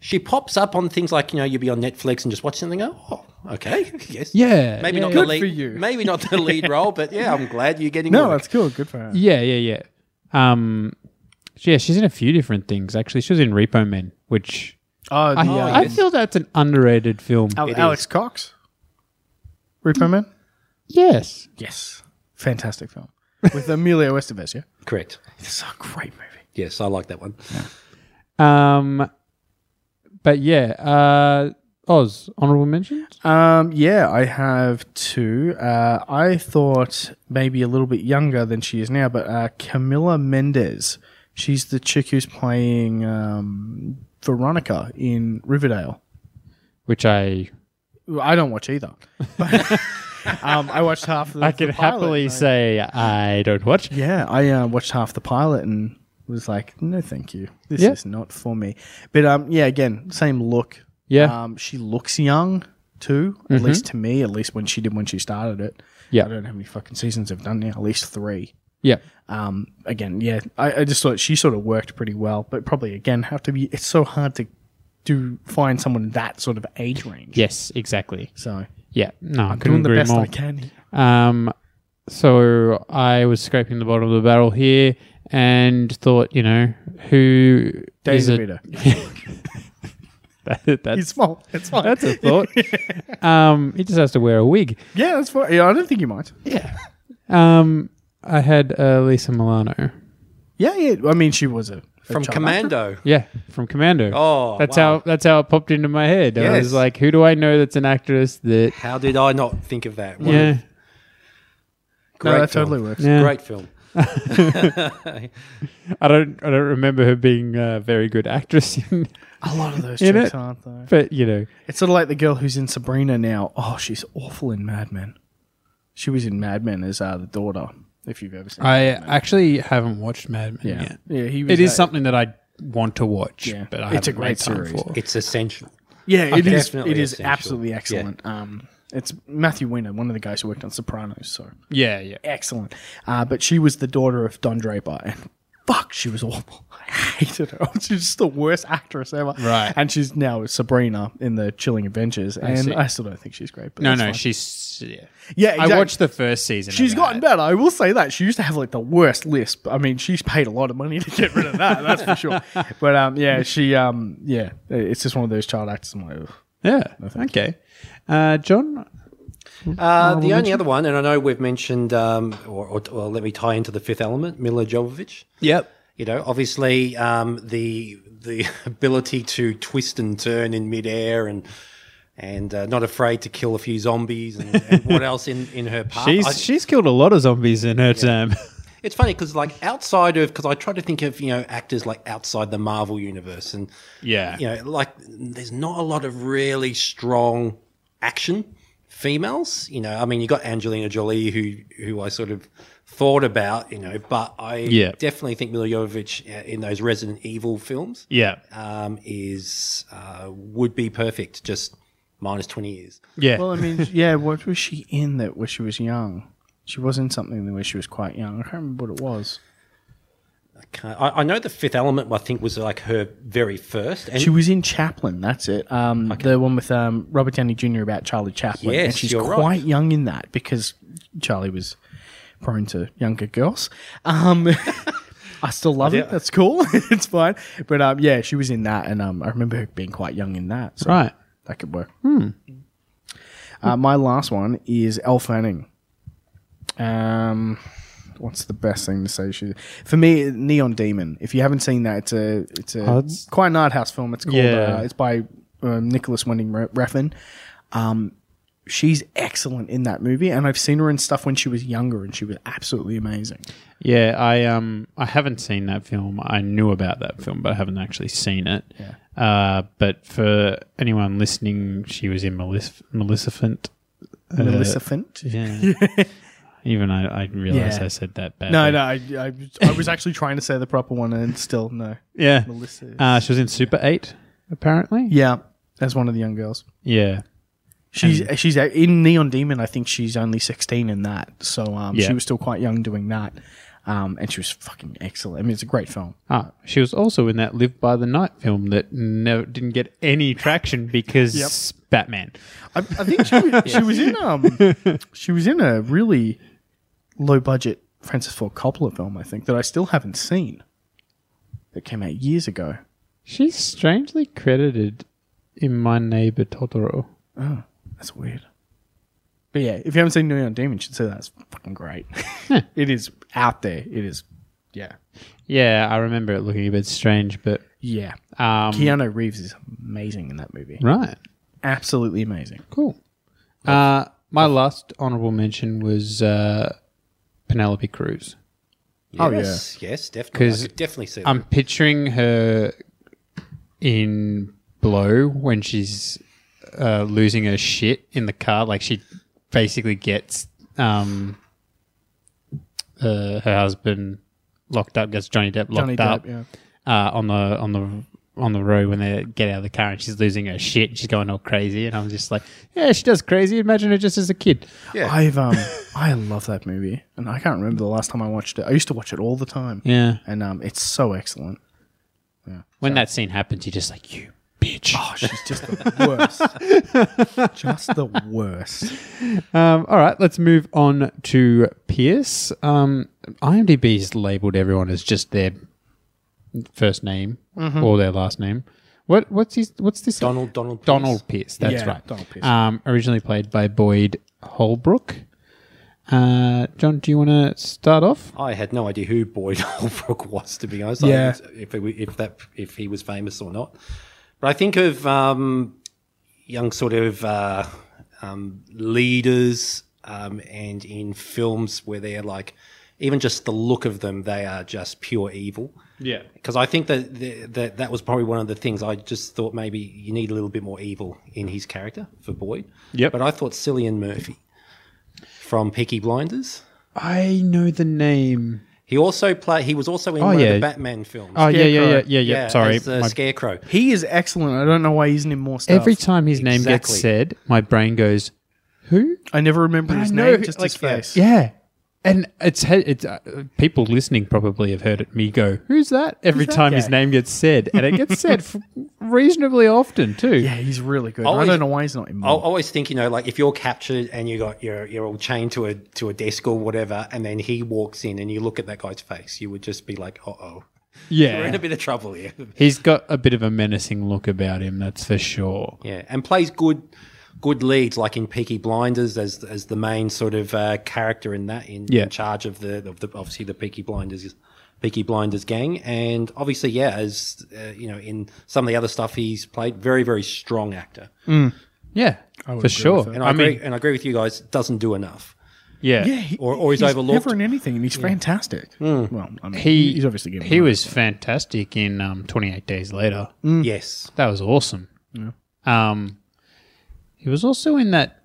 S3: she pops up on things like you know you'll be on Netflix and just watch something. And go, oh, okay, [laughs] yes,
S1: Yeah,
S3: Maybe
S1: yeah,
S3: not
S1: yeah.
S3: the
S2: Good
S3: lead.
S2: for you.
S3: Maybe not the
S2: [laughs]
S3: lead role, but yeah, I'm glad you're getting.
S2: No,
S3: work.
S2: that's cool. Good for her.
S1: Yeah, yeah, yeah. Um, yeah, she's in a few different things actually. She was in Repo Men, which
S2: Oh, the,
S1: I,
S2: uh,
S1: I feel that's an underrated film.
S2: Al-
S3: It
S2: Alex
S3: is.
S2: Cox, Repo Man.
S1: Yes,
S2: Yes, fantastic film with Emilio Estevez. Yeah,
S3: correct.
S2: it's a great movie.
S3: Yes, I like that one.
S1: Um, but yeah, uh, Oz, honorable mention.
S2: Um, yeah, I have two. Uh, I thought maybe a little bit younger than she is now, but uh, Camila Mendez. She's the chick who's playing um, Veronica in Riverdale.
S1: Which I
S2: Well, I don't watch either. [laughs] But, um, I watched half. The,
S1: I could
S2: the pilot,
S1: happily
S2: and I-
S1: say I don't watch.
S2: Yeah, I uh, watched half the pilot and was like, no, thank you. This
S1: Yeah.
S2: is not for me. But um, yeah, again, same look.
S1: Yeah. Mm-hmm.
S2: Um, she looks young too, at least to me, at least when she did when she started it.
S1: Yeah.
S2: I don't know how many fucking seasons I've done now, at least three.
S1: Yeah,
S2: Um, again, yeah, I, I just thought she sort of worked pretty well, but probably again, have to be, it's so hard to do find someone in that sort of age range.
S1: yes, exactly.
S2: So
S1: Yeah, no, I
S2: I'm
S1: couldn't
S2: doing the
S1: agree
S2: best
S1: more.
S2: I can.
S1: Um, so I was scraping the bottom of the barrel here and thought, you know, who is
S2: David
S1: it?
S2: Peter.
S1: [laughs] That, that's,
S2: He's small. It's
S1: [laughs]
S2: fine.
S1: that's a thought.
S3: [laughs]
S1: um, he just has to wear a wig.
S2: yeah, that's fine. Yeah, I don't think you mind.
S1: Yeah. Um, I had uh, Lisa Milano.
S2: Yeah, yeah. I mean, she was a, a child
S3: From
S2: actor.
S3: Commando.
S1: Yeah, from Commando.
S3: Oh,
S1: that's
S3: wow.
S1: how that's how it popped into my head. I
S3: Yes.
S1: was like, who do I know that's an actress that?
S3: How did I not think of that? What a
S1: Yeah,
S3: great
S2: no, that
S3: film.
S2: totally works.
S1: yeah.
S3: Great film. [laughs]
S1: I don't I don't remember her being a very good actress, [laughs] in,
S2: A lot of those
S1: In
S2: chicks
S1: it.
S2: aren't though.
S1: but you know,
S2: It's sort of like the girl who's in Sabrina now. Oh, she's awful in Mad Men. She was in Mad Men as uh, the daughter. If you've ever seen,
S1: I actually haven't watched Mad Men
S2: yeah,
S1: yet.
S2: yeah, he was.
S1: Oh, It is
S2: uh,
S1: something that I want to watch,
S2: Yeah.
S1: but I
S2: It's a
S1: haven't
S2: great
S1: made time
S2: series.
S1: for.
S3: It's essential.
S2: Yeah, it is.
S3: Definitely
S2: It is
S3: essential.
S2: absolutely
S3: Yeah.
S2: excellent. Um, it's Matthew Weiner, one of the guys who worked on Sopranos. So
S1: yeah, yeah.
S2: excellent. Uh, but she was the daughter of Don Draper, and fuck, she was awful. [laughs] I hated her. [laughs] She's just the worst actress ever.
S1: Right.
S2: And she's now Sabrina in the Chilling Adventures, and
S1: see.
S2: I still don't think she's great. But
S1: No,
S2: that's
S1: no,
S2: fine.
S1: she's yeah.
S2: Yeah,
S1: I
S2: exact-
S1: watched the first season.
S2: She's
S1: of
S2: gotten
S1: that.
S2: better. I will say that she used to have like the worst lisp. I mean, she's paid a lot of money to get rid of that. that's for
S1: [laughs]
S2: sure. But um, yeah, she um, yeah, it's just one of those child actors. I'm like, ugh.
S1: Yeah. Okay. Uh, John.
S3: Uh, the only other one, and I know we've mentioned, um, or, or, or let me tie into the fifth element, Mila Jovovich.
S1: Yep.
S3: You know, obviously um, the the [laughs] ability to twist and turn in midair and and uh, not afraid to kill a few zombies and, and what else in, in her path.
S1: She's
S3: I-
S1: she's killed a lot of zombies in her [laughs] time.
S3: It's funny because, like, outside of because I try to think of you know actors like outside the Marvel universe, and
S1: Yeah.
S3: you know, like there's not a lot of really strong action females. You know, I mean, you got Angelina Jolie, who who I sort of thought about, you know, but I
S1: Yeah.
S3: definitely think Mila Jovovich uh, in those Resident Evil films
S1: Yeah.
S3: um, is uh, would be perfect, just minus twenty years.
S1: Yeah.
S2: Well, I mean, yeah. What was she in that where she was young? She was in something where she was quite young. I can't remember what it was.
S3: I, can't, I, I know the Fifth Element. I think was like her very first, and
S2: She was in Chaplin. That's it. Um, The one with um, Robert Downey Jr. about Charlie Chaplin.
S3: Yes,
S2: and she's
S3: you're
S2: quite
S3: right.
S2: young in that because Charlie was prone to younger girls. Um, [laughs] I still love it.
S3: Yeah.
S2: That's cool. [laughs] it's fine. But um, yeah, she was in that, and um, I remember her being quite young in that. So
S1: Right.
S2: That could work. Hmm. Uh, my last one is Elle Fanning. Um, what's the best thing to say? She for me, Neon Demon. If you haven't seen that, it's a it's a
S1: Oh, it's-
S2: quite an art house film. It's called
S1: Yeah.
S2: uh, it's by um, Nicholas Winding Re- Refn. Um, she's excellent in that movie, and I've seen her in stuff when she was younger, and she was absolutely amazing.
S1: Yeah, I um I haven't seen that film. I knew about that film, but I haven't actually seen it. Uh, but for anyone listening, she was in Melif- Maleficent. uh,
S2: Melissa Fint.
S1: Yeah. [laughs] Even I, I realized
S2: Yeah.
S1: I said that bad.
S2: No, no, I, I, I was actually trying to say the proper one, and still no.
S1: Yeah.
S2: Melissa.
S1: Uh, she was in Super 8, apparently.
S2: yeah, as one of the young girls.
S1: Yeah.
S2: She's she's a- in Neon Demon. I think she's only sixteen in that, so um,
S1: Yeah.
S2: she was still quite young doing that, um, and she was fucking excellent. I mean, it's a great film.
S1: Ah, she was also in that Live by the Night film that no, didn't get any [laughs] traction because Batman.
S2: I, I
S1: [laughs]
S2: think she, was- she was in um, she was in a really low budget Francis Ford Coppola film. I think that I still haven't seen that came out years ago.
S1: She's strangely credited in My Neighbor Totoro.
S2: Oh, That's weird. But yeah, if you haven't seen Neon Demon, you should say that's fucking great. [laughs] it is out there. It is, yeah,
S1: Yeah, I remember it looking a bit strange, but
S2: yeah.
S1: um,
S2: Keanu Reeves is amazing in that movie.
S1: right,
S2: Absolutely amazing.
S1: cool. Uh, my last honorable mention was uh, Penelope Cruz.
S2: Oh, yeah.
S3: yes, yes, definitely. I
S1: 'Cause
S3: could definitely see. that.
S1: I'm picturing her in Blow when she's uh, losing her shit in the car. Like she basically gets um, uh, her husband locked up, gets Johnny Depp locked
S2: Johnny Depp,
S1: up
S2: yeah.
S1: uh, on the on the on the road when they get out of the car and she's losing her shit. And she's going all crazy, and I'm just like, yeah, she does crazy. Imagine her just as a kid.
S3: Yeah.
S2: I've um [laughs] I love that movie, and I can't remember the last time I watched it. I used to watch it all the time.
S1: Yeah.
S2: and um, it's so excellent.
S1: When that scene happens, you're just like, you bitch.
S2: Oh, she's just the [laughs] worst. just the worst.
S1: Um, all right, let's move on to Pierce. Um, IMDb's labelled everyone as just their first name or their last name. What what's his what's this
S3: Donald Donald Pierce.
S1: Donald Pierce? That's
S2: Yeah,
S1: right.
S2: Donald Pierce.
S1: Um, originally played by Boyd Holbrook. Uh, John, do you want to start off?
S3: I had no idea who Boyd [laughs] Holbrook was, to be honest.
S2: Yeah.
S3: I didn't- if it, wa- if that if he was famous or not, but I think of um, young sort of uh, um, leaders um, and in films where they're like, even just the look of them, they are just pure evil.
S1: Yeah.
S3: Because I think that, that that that was probably one of the things I just thought maybe you need a little bit more evil in his character for Boyd.
S1: Yep.
S3: But I thought Cillian Murphy from Peaky Blinders.
S1: I know the name.
S3: He also play. He was also in
S1: Oh,
S3: one of
S1: yeah.
S3: the Batman films.
S1: Oh yeah, yeah, yeah,
S2: Scarecrow.
S1: yeah, yeah. Sorry,
S3: as the
S1: My-
S3: Scarecrow.
S2: He is excellent. I don't know why he isn't in more stuff.
S1: every time his name gets
S3: Exactly.
S1: said, my brain goes, "Who?"
S2: I never remember his
S1: I know
S2: name,
S1: who-
S2: just
S1: like,
S2: his face.
S1: Yeah. And it's it's uh, people listening probably have heard it me go, "Who's that?" every time his
S2: guy?
S1: name gets said, and it gets said f- reasonably often too.
S2: Yeah, he's really good. I
S3: Always-
S2: don't know why he's not in
S3: I
S1: Hmm.
S2: more.
S3: always think, you know, like if you're captured and you got you're you're all chained to a to a desk or whatever, and then he walks in and you look at that guy's face, you would just be like, uh oh, we're in
S1: yeah.
S3: a bit of trouble here. [laughs]
S1: He's got a bit of a menacing look about him, that's for sure.
S3: yeah, and plays good good leads like in Peaky Blinders as as the main sort of uh, character in that in,
S1: Yeah.
S3: in charge of the of the obviously the Peaky Blinders Peaky Blinders gang, and obviously yeah, as uh, you know in some of the other stuff he's played, very very strong actor.
S1: Yeah, for sure.
S3: And
S1: I,
S3: I, agree,
S1: mean,
S3: and I agree with you guys. Doesn't do enough.
S1: yeah,
S2: yeah, he,
S3: Or- or he's overlooked.
S2: never in anything, and he's fantastic.
S3: Hmm.
S2: Well, I mean,
S1: he
S2: he's obviously given.
S1: he
S2: up.
S1: was fantastic in um, Twenty Eight Days Later.
S3: Mm. Yes.
S1: That was awesome. Um, he was also in that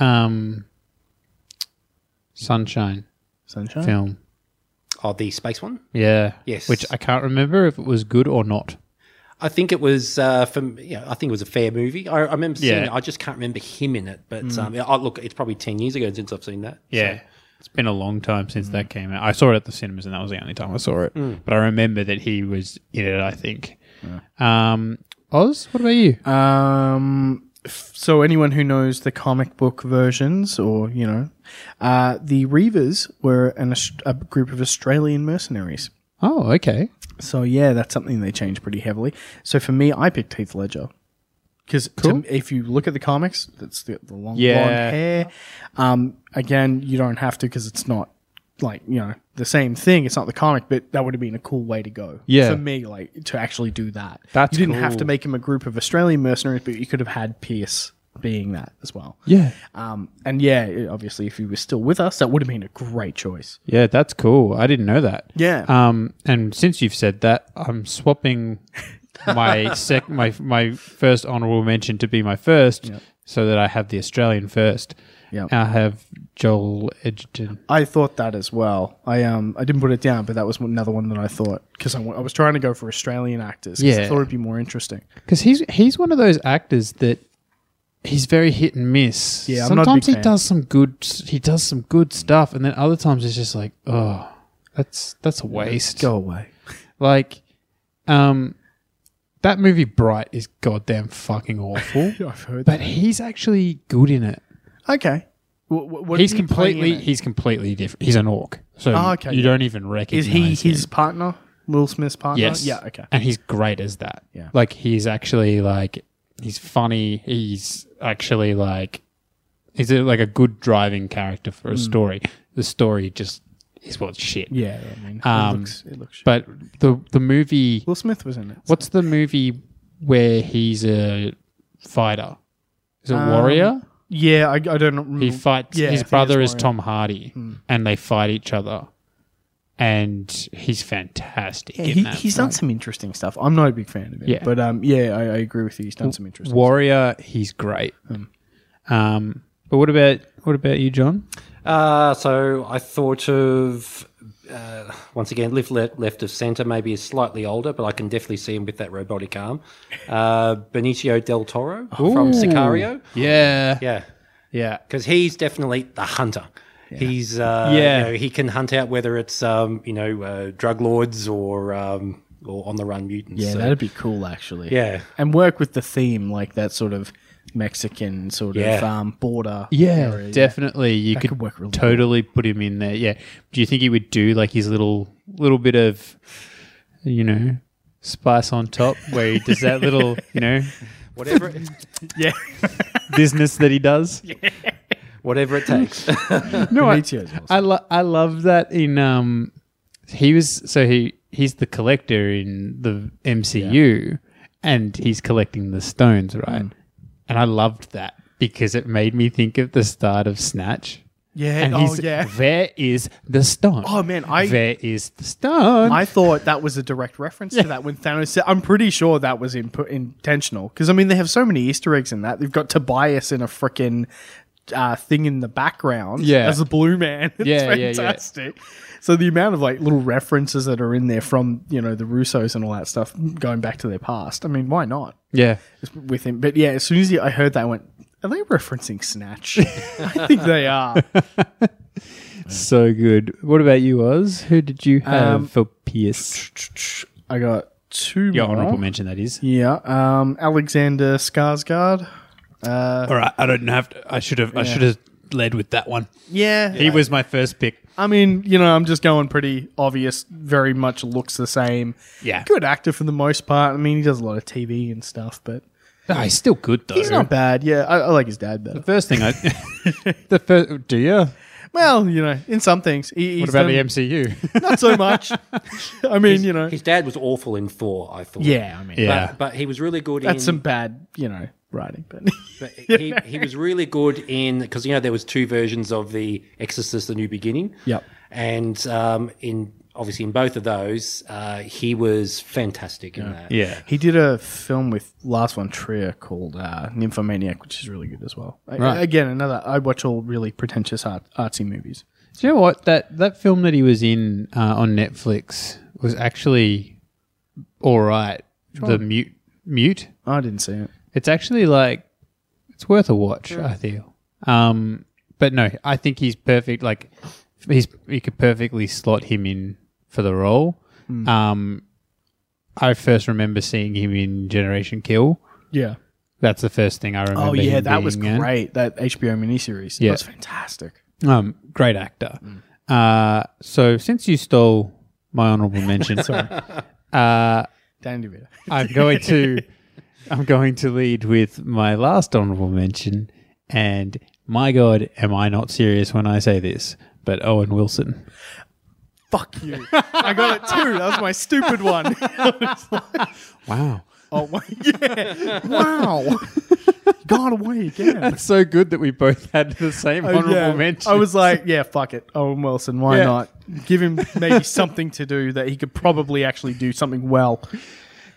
S1: um, Sunshine
S2: Sunshine.
S1: film.
S3: Oh, the space one.
S1: Yeah.
S3: Yes.
S1: Which I can't remember if it was good or not.
S3: I think it was uh, from. You know, I think it was a fair movie. I, I remember seeing
S1: Yeah. Mm.
S3: it. I just can't remember him in it. But um, I, look, it's probably ten years ago since I've seen that.
S1: Yeah. It's been a long time since that came out. I saw it at the cinemas and that was the only time I saw it. But I remember that he was in it, I think. Um, Oz, what about you?
S2: Uh, Um, f- so anyone who knows the comic book versions, or you know, uh, the Reavers were an, Aus- a group of Australian mercenaries.
S1: Oh, okay.
S2: So yeah, that's something they changed pretty heavily. So for me, I picked Heath Ledger because
S1: Cool.
S2: if you look at the comics, that's the, the long
S1: Yeah.
S2: blonde hair. Um, again, you don't have to because it's not like you know the same thing. It's not the comic, but that would have been a cool way to go.
S1: Yeah.
S2: for me, like to actually do that.
S1: That's
S2: you didn't have
S1: cool.
S2: to make him a group of Australian mercenaries, but you could have had Pierce being that as well.
S1: Yeah.
S2: Um, and yeah, obviously, if he was still with us, that would have been a great choice.
S1: Yeah, that's cool. I didn't know that.
S2: Yeah.
S1: Um, and since you've said that, I'm swapping my sec my my first honorable mention to be my first, so that I have the Australian first.
S2: Yep.
S1: I have Joel Edgerton.
S2: I thought that as well. I um I didn't put it down, but that was another one that I thought because I wa- I was trying to go for Australian actors. 'cause
S1: Yeah.
S2: I thought it'd be more interesting.
S1: because he's he's one of those actors that he's very hit and miss.
S2: Yeah, I'm not a
S1: sometimes
S2: big
S1: he
S2: fan.
S1: does some good he does some good stuff, and then other times it's just like oh, that's that's a waste.
S2: Go away.
S1: Like, um, that movie Bright is goddamn fucking
S2: [laughs]
S1: awful,
S2: I've heard
S1: but he's actually good in it.
S2: Okay. What, what
S1: he's
S2: is he playing
S1: completely
S2: in it?
S1: he's completely different. He's an orc, so
S2: Oh, okay,
S1: you
S2: yeah.
S1: don't even recognize.
S2: Is he
S1: him.
S2: his partner? Will Smith's partner?
S1: Yes.
S2: Uh-huh. Yeah. Okay.
S1: And he's great as that.
S2: Yeah.
S1: Like he's actually like he's funny. He's actually like he's a, like a good driving character for a story. The story just is what's shit.
S2: Hmm. Yeah. I mean,
S1: Um,
S2: it looks. It looks. shit.
S1: But the the movie
S2: Will Smith was in it.
S1: what's the movie where he's a fighter? Is it
S2: Um,
S1: warrior?
S2: Yeah, I, I don't remember.
S1: He fights
S2: yeah, I
S1: his
S2: think it's
S1: brother is
S2: warrior. Hmm.
S1: Tom Hardy and they fight each other. And he's fantastic.
S2: yeah,
S1: in
S2: he,
S1: that
S2: he's
S1: film.
S2: done some interesting stuff. I'm not a big fan of him,
S1: Yeah.
S2: but um, yeah, I, I agree with you. He's done some interesting.
S1: Warrior, he's great. Um, but what about what about you, John?
S3: Uh, so I thought of uh, once again lift left, left of center. Maybe is slightly older, but I can definitely see him with that robotic arm. Uh, Benicio del Toro from Sicario.
S1: Yeah,
S3: Yeah,
S1: yeah,
S3: because he's definitely the hunter. He's uh,
S1: Yeah.
S3: yeah. he can hunt out whether it's um, you know uh, drug lords or um, or on the run mutants.
S2: Yeah,
S3: So,
S2: that'd be cool actually.
S3: Yeah.
S2: And work with the theme, like that sort of Mexican sort of
S3: Yeah.
S2: um, border.
S1: yeah. definitely, you could,
S2: could work really well.
S1: totally put him in there. Yeah. Do you think he would do like his little little bit of, you know, spice on top where he does that little you
S2: [laughs]
S1: know
S3: whatever it, [laughs]
S2: Yeah.
S1: business that he does?
S3: whatever it takes.
S1: No, I,
S2: Demetrio's awesome.
S1: I, lo- I love that in um he was so he he's the collector in the MCU and he's collecting the stones, right? And I loved that because it made me think of the start of Snatch.
S2: Yeah.
S1: And
S2: oh
S1: he's
S2: yeah.
S1: where is the stone?
S2: Oh, man, I-
S1: Where is the stone?
S2: I thought that was a direct reference to that when Thanos said, I'm pretty sure that was in, intentional. Because, I mean, they have so many Easter eggs in that. They've got Tobias in a freaking uh, thing in the background
S1: Yeah.
S2: as a blue man. [laughs] it's
S1: Yeah, yeah, yeah.
S2: fantastic. So, the amount of like little references that are in there from, you know, the Russos and all that stuff going back to their past. I mean, why not?
S1: yeah.
S2: It's with him. But yeah, as soon as he, I heard that, I went, Are they referencing Snatch? [laughs] I think they are.
S1: So good. What about you, Oz? Who did you have
S2: Um,
S1: for Pierce?
S2: I got two
S1: Your
S2: more.
S1: honorable mention that is.
S2: Yeah, um, Alexander Skarsgård. Uh,
S1: All right, I don't have to I should have I should have led with that one.
S2: Yeah,
S1: He was my first pick.
S2: I mean, you know, I'm just going pretty obvious. Very much looks the same.
S1: Yeah.
S2: good actor for the most part. I mean, he does a lot of TV and stuff, but
S1: No, he's still good though.
S2: he's not bad. Yeah, I, I like his dad better.
S1: First
S2: [laughs]
S1: thing I, the first, do you?
S2: Well, you know, in some things, he,
S1: What
S2: he's
S1: about the
S2: done [laughs]
S1: MCU?
S2: not
S1: [laughs]
S2: so much. I mean, you know,
S3: His dad was awful in Thor. I thought.
S2: yeah, I mean,
S1: Yeah.
S3: But, but he was really good
S2: that's
S3: in
S2: some bad, you know, writing, but [laughs]
S3: But he, he was really good in because you know there was two versions of the Exorcist: The New Beginning.
S2: Yep.
S3: And um, in obviously in both of those, uh, he was fantastic in that.
S1: yeah.
S2: He did a film with last one Trier called uh, Nymphomaniac, which is really good as well. I-
S1: Right.
S2: Again, another I watch all really pretentious art, artsy movies.
S1: Do you know what that that film that he was in uh, on Netflix was actually all right. The mute mute.
S2: I didn't see it.
S1: It's actually like it's worth a watch. I feel. Um, but no, I think he's perfect. Like he's you could perfectly slot him in for the role.
S2: Hmm.
S1: Um, I first remember seeing him in Generation Kill.
S2: Yeah.
S1: That's the first thing I remember.
S2: Oh yeah,
S1: him
S2: that was
S1: being in.
S2: great. That HBO miniseries.
S1: Yeah.
S2: That was fantastic.
S1: Um, great actor.
S2: Mm.
S1: Uh, so since you stole my
S2: [laughs]
S1: honourable mention,
S2: Danny DeVito.
S1: I'm going to I'm going to lead with my last honourable mention. And my God, am I not serious when I say this? But Owen Wilson.
S2: Fuck you. I got it too. That was my stupid [laughs] one.
S1: Wow,
S2: oh my yeah. [laughs] Wow. Got away again.
S1: that's so good that we both had the same honourable
S2: Oh, Yeah.
S1: mention.
S2: I
S1: [laughs]
S2: was like, yeah, fuck it. Owen Wilson, why
S1: Yeah.
S2: not? Give him maybe [laughs] something to do that he could probably actually do something well.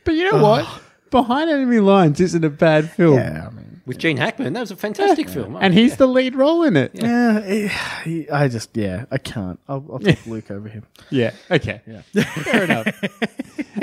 S1: but you know what? Behind Enemy Lines isn't a bad film,
S2: Yeah, I mean,
S3: with Gene Hackman. That was a fantastic film.
S1: and he's the lead role in it.
S2: yeah, eh, he- I just, yeah, I can't. I'll, I'll take Luke over him.
S1: Yeah. Okay. Fair enough.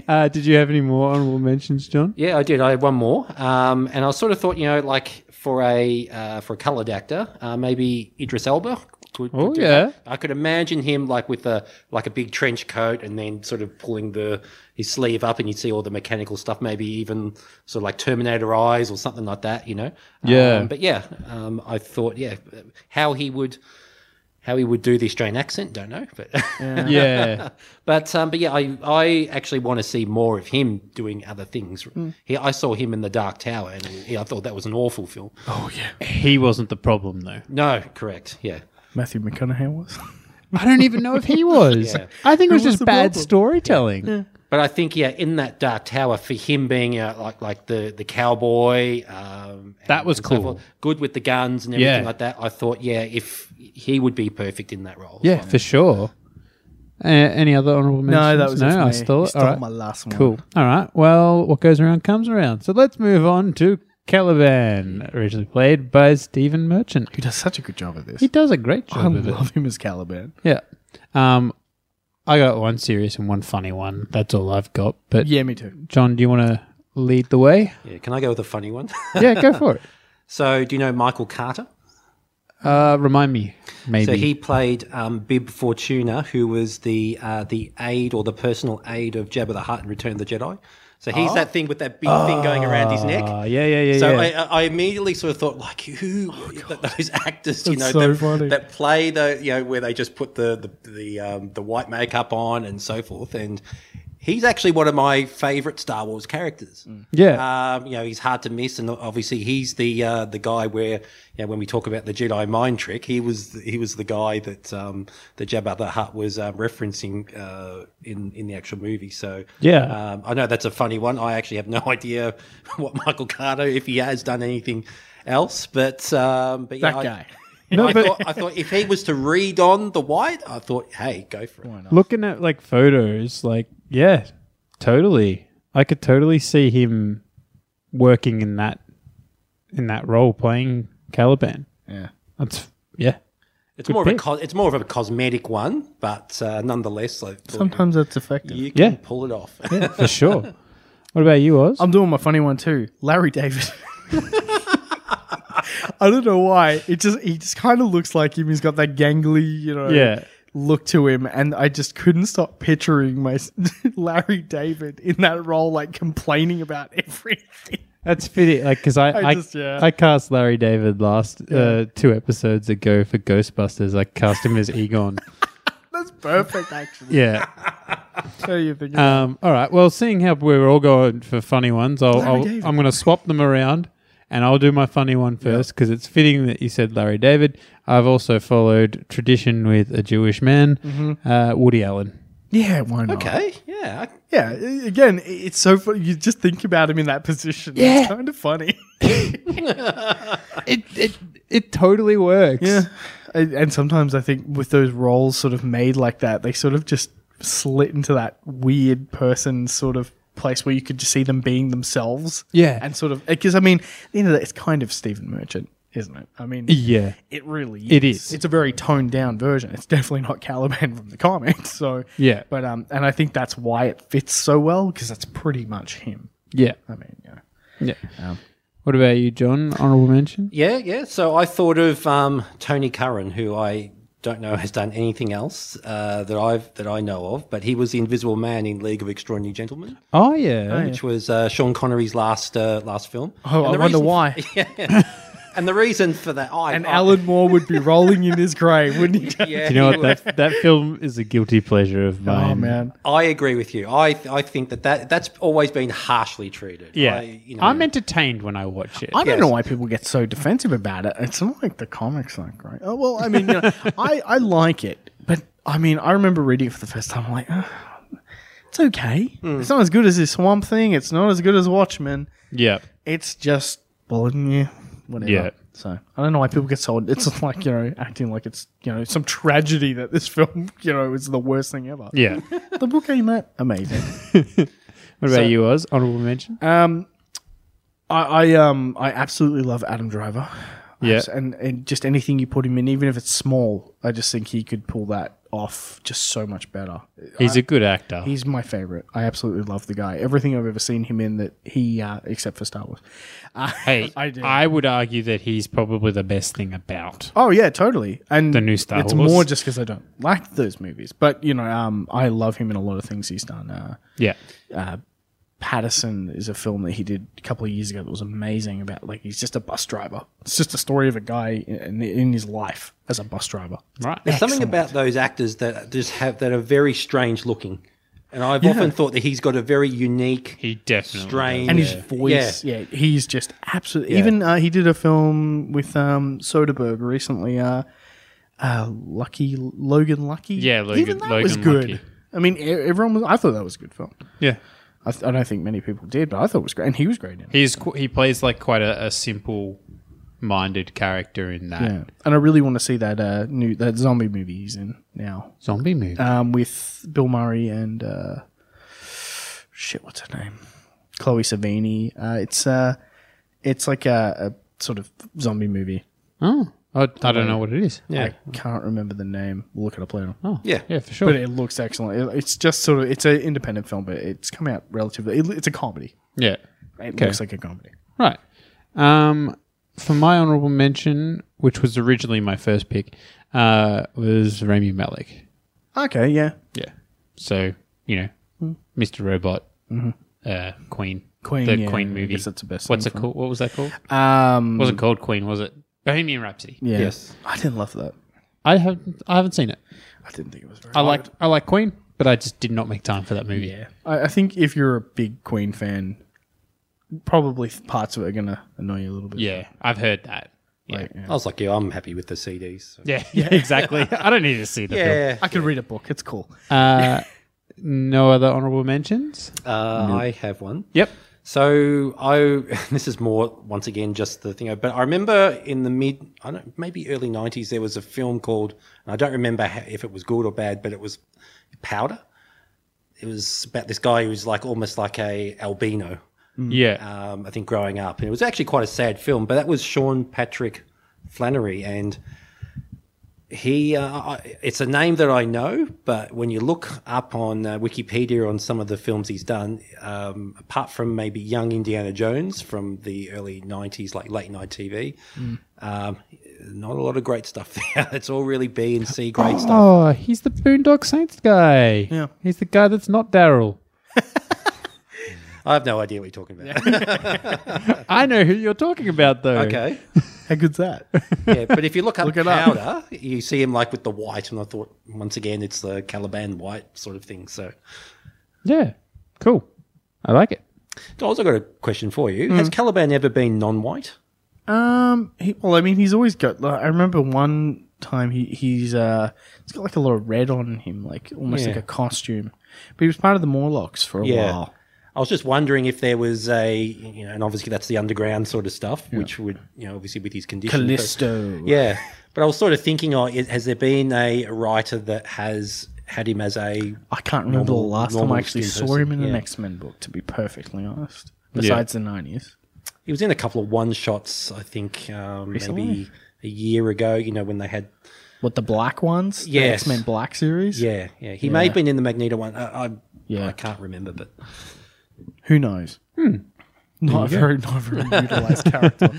S1: uh, did you have any more honourable mentions, John?
S3: Yeah, I did. I had one more, um, and I sort of thought, you know, like for a uh, for a coloured actor, uh, maybe Idris Elba. Could, could
S1: Oh,
S3: do
S1: yeah.
S3: that. I could imagine him like with a like a big trench coat, and then sort of pulling the his sleeve up, and you'd see all the mechanical stuff. Maybe even sort of like Terminator eyes or something like that, you know.
S1: Yeah.
S3: Um, but yeah, um, I thought, yeah, how he would how he would do the Australian accent, don't know, but. [laughs]
S1: Yeah.
S3: But um, but yeah, I I actually want to see more of him doing other things.
S1: Mm.
S3: He, I saw him in the Dark Tower, and yeah, I thought that was an awful film.
S2: Oh, yeah.
S1: he wasn't the problem, though.
S3: No, correct, yeah.
S2: Matthew
S1: [laughs]
S2: McConaughey was.
S1: I don't even know if he was.
S3: Yeah.
S1: I think it was
S2: was
S1: just
S2: the
S1: bad
S2: problem?
S1: storytelling.
S3: But I think yeah, in that Dark Tower, for him being uh, like like the the cowboy, um,
S1: That
S3: and-
S1: was
S3: and so
S1: cool.
S3: forth, good with the guns and everything
S1: Yeah.
S3: like that. I thought yeah, if he would be perfect in that role.
S1: Yeah, for sure. Uh, any other honourable mentions?
S2: No, that was it for
S1: no. I
S2: me.
S1: stole
S2: You
S1: it. All right,
S2: my last one.
S1: cool. All right. Well, what goes around comes around. So let's move on to Caliban, originally played by Stephen Merchant.
S2: He does such a good job at this.
S1: He does a great job
S2: I
S1: of it.
S2: love him as Caliban.
S1: Yeah. Um, I got one serious and one funny one. That's all I've got. But
S2: Yeah, me too.
S1: John, do you want to lead the way?
S3: yeah. Can I go with a funny one? [laughs]
S1: Yeah, go for it.
S3: so do you know Michael Carter?
S1: Uh, remind me, maybe.
S3: So he played um, Bib Fortuna, who was the uh, the aide or the personal aide of Jabba the Hutt in Return of the Jedi. So he's that thing with that big thing going around his neck.
S1: Oh. Ah, yeah, yeah, yeah.
S3: So
S1: yeah. Oh,
S3: I, I immediately sort of thought, like, who th- those actors, you know,
S2: That's so
S3: that,
S2: funny.
S3: that play the, you know, where they just put the the the, um, the white makeup on and so forth. And he's actually one of my favorite Star Wars characters.
S1: Mm. yeah.
S3: Um, you know, he's hard to miss, and obviously he's the uh, the guy where you know, when we talk about the Jedi mind trick, he was he was the guy that um, the Jabba the Hutt was um, referencing uh, in in the actual movie. So
S1: Yeah.
S3: um, I know that's a funny one. I actually have no [laughs] idea what Michael Carter if he has done anything else, but um, but yeah,
S2: That
S3: I,
S2: guy.
S1: No,
S3: I,
S1: but-
S3: thought, I thought if he was to read on the white, I thought, hey, go for it.
S1: Looking at like photos, like yeah, totally. I could totally see him working in that in that role, playing Caliban.
S2: Yeah.
S1: That's yeah.
S3: It's
S1: Good
S3: more
S1: pick.
S3: of a co- it's more of a cosmetic one, but uh, nonetheless, I thought
S2: Sometimes that's effective.
S3: you can
S1: Yeah.
S3: pull it off. [laughs]
S1: for sure. What about you, Oz?
S2: I'm doing my funny one too. Larry David. [laughs] I don't know why. It just he just kind of looks like him. He's got that gangly, you know,
S1: Yeah.
S2: look to him, and I just couldn't stop picturing my [laughs] Larry David in that role, like complaining about [laughs] everything.
S1: That's fitting, like because I I,
S2: [laughs] I just- yeah.
S1: I cast Larry David last uh, two episodes ago for Ghostbusters. I cast him as
S2: [laughs]
S1: Egon.
S2: That's perfect, actually.
S1: Yeah.
S2: [laughs] So you think about
S1: Um, all right. Well, seeing how we're all going for funny ones, I'll, I'll,
S2: David.
S1: I'm going to swap them around, and I'll do my funny one first because it's fitting that you said Larry David. I've also followed tradition with a Jewish man,
S2: Mm-hmm.
S1: uh, Woody Allen.
S2: it. yeah, why not?
S3: Okay, yeah. I-
S2: Yeah, i- again, i- it's so funny. You just think about him in that position.
S1: Yeah.
S2: It's kind of funny. [laughs]
S1: It it it totally works.
S2: Yeah. And and sometimes I think with those roles sort of made like that, they sort of just slit into that weird person sort of place where you could just see them being themselves.
S1: Yeah.
S2: And sort of, because I mean, at the end of that, it's kind of Stephen Merchant. isn't it? I mean,
S1: Yeah.
S2: it really is.
S1: It is.
S2: It's a very toned down version. It's definitely not Caliban from the comics. So
S1: Yeah.
S2: but um, and I think that's why it fits so well because that's pretty much him.
S1: Yeah.
S2: I mean, yeah.
S1: Yeah. What about you, John? Honorable mention?
S3: Yeah, yeah. So I thought of um, Tony Curran, who I don't know has done anything else uh, that I've that I know of, but he was the Invisible Man in League of Extraordinary Gentlemen,
S1: Oh, yeah.
S3: which was uh, Sean Connery's last uh, last film.
S2: Oh, I
S3: the
S2: wonder [laughs]
S3: reason-
S2: why.
S3: And the reason for that, I,
S2: And
S3: I-
S2: Alan Moore would be rolling in his grave, wouldn't [laughs] he?
S3: yeah,
S1: Do you know
S3: he
S1: what? That, that film is a guilty pleasure of mine.
S2: Oh man,
S3: I agree with you. I I think that, that that's always been harshly treated.
S1: Yeah.
S3: I, you know,
S1: I'm entertained when I watch it.
S2: I don't
S3: Yes.
S2: know why people get so defensive about it. It's not like the comics aren't great. Oh well, I mean, you [laughs] know, I I like it, but I mean, I remember reading it for the first time. I'm like, "Ugh, it's okay. It's not as good as this Swamp Thing. It's not as good as Watchmen.
S1: yeah.
S2: It's just bothering you, whatever.
S1: Yeah.
S2: So I don't know why people get sold. It's [laughs] like you know, acting like it's you know some tragedy that this [laughs] film you know is the worst thing ever.
S3: [laughs]
S1: Yeah. what
S2: The book came out amazing.
S1: about
S2: So-
S1: you, Oz? Honorable mention?
S3: Uh,
S2: Um, I, I um I absolutely love Adam Driver.
S1: Yeah.
S2: Abs- and and just anything you put him in, even if it's small, I just think he could pull that off just so much better.
S1: He's a good actor.
S2: He's my favorite. I absolutely love the guy. Everything I've ever seen him in that he, uh, except for Star Wars. Uh,
S3: [laughs]
S1: Hey,
S2: I do.
S1: I would argue that he's probably the best thing about.
S2: oh yeah, totally. And
S1: The new Star
S2: it's
S1: Wars.
S2: more just because I don't like those movies, but you know, um, I love him in a lot of things he's done. Uh,
S3: [laughs]
S1: Yeah.
S2: Patterson is a film that he did a couple of years ago that was amazing about like he's just a bus driver. It's just a story of a guy in, in his life as a bus driver.
S1: Right.
S3: There's something about those actors that just have that are very strange looking, and I've often thought that he's got a very unique,
S1: He definitely
S3: strange,
S2: And his voice, yeah, he's just absolutely. Even uh, he did a film with um, Soderbergh recently. Uh, uh, Lucky Logan Lucky.
S1: Yeah, Logan-
S2: Even that was
S1: Logan
S2: good.
S1: Lucky.
S2: I mean, e- everyone was. I thought that was a good film.
S1: Yeah.
S2: I, th- I don't think many people did, but I thought it was great, and he was great in it.
S1: He's qu- he plays like quite a, a simple minded character in that
S2: Yeah, and I really want to see that uh, new that zombie movie he's in now.
S1: zombie movie.
S2: um, with Bill Murray and uh, shit, what's her name? Chloe Savini. Uh, it's uh, it's like a, a sort of zombie movie.
S1: oh, I, I don't know what it is.
S3: yeah,
S2: I can't remember the name. We'll look it up later.
S1: Oh,
S3: Yeah.
S1: yeah, for
S2: But
S1: sure.
S2: it looks excellent. It- It's just sort of it's an independent film, but it's come out relatively. It, it's a comedy.
S1: yeah,
S2: It
S1: Okay.
S2: looks like a comedy.
S1: right. Um, for my honourable mention, which was originally my first pick, uh, was Rami Malek.
S2: Okay, yeah. Hmm.
S1: Yeah, so you know, Mr. Robot, uh, Queen,
S2: Mm-hmm. Queen,
S1: the
S2: yeah,
S1: Queen
S2: I
S1: movie.
S2: guess that's the best
S1: What's
S2: name
S1: it
S2: for it.
S1: called? What was that called?
S2: Um,
S1: wasn't called Queen, was it? Bohemian Rhapsody.
S2: yeah.
S3: Yes.
S2: I didn't love that.
S1: I haven't, I haven't seen it.
S2: I didn't think it was very.
S1: I like, I like Queen, but I just did not make time for that movie.
S2: Yeah, I, I think if you're a big Queen fan, probably parts of it are gonna annoy you a little bit.
S1: Yeah, I've heard that. Yeah,
S2: Like, yeah.
S3: I was like you. I'm happy with the CDs. so-
S1: yeah,
S2: [laughs]
S1: yeah exactly. [laughs] I don't need to see the film.
S3: Yeah,
S2: I could read a book. It's
S3: [laughs]
S2: cool.
S1: Uh, no other honorable mentions.
S3: uh, I have one.
S1: Yep.
S3: So I [laughs] this is more once again just the thing, but I remember in the mid, I don't maybe early '90s there was a film called, and I don't remember ho- if it was good or bad, but it was Powder. It was about this guy who was like almost like a albino,
S2: Mm.
S1: Yeah.
S3: um, I think growing up, and it was actually quite a sad film. But that was Sean Patrick Flannery, and he uh, I, it's a name that I know, but when you look up on uh, Wikipedia on some of the films he's done, um, apart from maybe Young Indiana Jones from the early '90s, like late night TV, um, not a lot of great stuff [laughs] there. it's all really B and C grade stuff.
S1: Oh, he's the Boondock Saints guy.
S2: Yeah.
S1: He's the guy that's not Daryl.
S3: I have no idea what you're talking about.
S1: I know who you're talking about, though.
S3: okay.
S2: How good's that?
S3: Yeah, but if you look up
S2: Look it up.
S3: powder, you see him like with the white, and I thought once again it's the Caliban white sort of thing. So
S1: Yeah. Cool. I like it.
S3: Dolls, I got a question for
S2: Hmm.
S3: you: Has Caliban ever been non-white?
S2: [laughs] um, he, well, I mean, he's always got. Like, I remember one time he he's uh he's got like a lot of red on him, like almost
S3: Yeah.
S2: like a costume. But he was part of the Morlocks for a
S3: Yeah.
S2: while.
S3: I was just wondering if there was a, you know, and obviously that's the underground sort of stuff, which would, you know, obviously with his condition. but-
S2: Callisto.
S3: yeah, but I was sort of thinking, oh, is, has there been a writer that has had him as a?
S2: I can't remember
S3: Normal-
S2: the last time
S3: normal
S2: I actually
S3: skin
S2: saw him
S3: person,
S2: in an
S3: yeah.
S2: X Men book. To be perfectly honest, besides the nineties.
S3: He was in a couple of one shots, I think, um, maybe
S2: Recently?
S3: a year ago. You know when they had
S2: What the black ones? The
S3: Yes.
S2: X Men Black series.
S3: yeah yeah he may have been in the Magneto one. I, I
S2: Yeah.
S3: I can't remember, but
S2: Who knows?
S3: Hmm.
S2: Not a very, not a very utilized
S3: [laughs]
S2: character.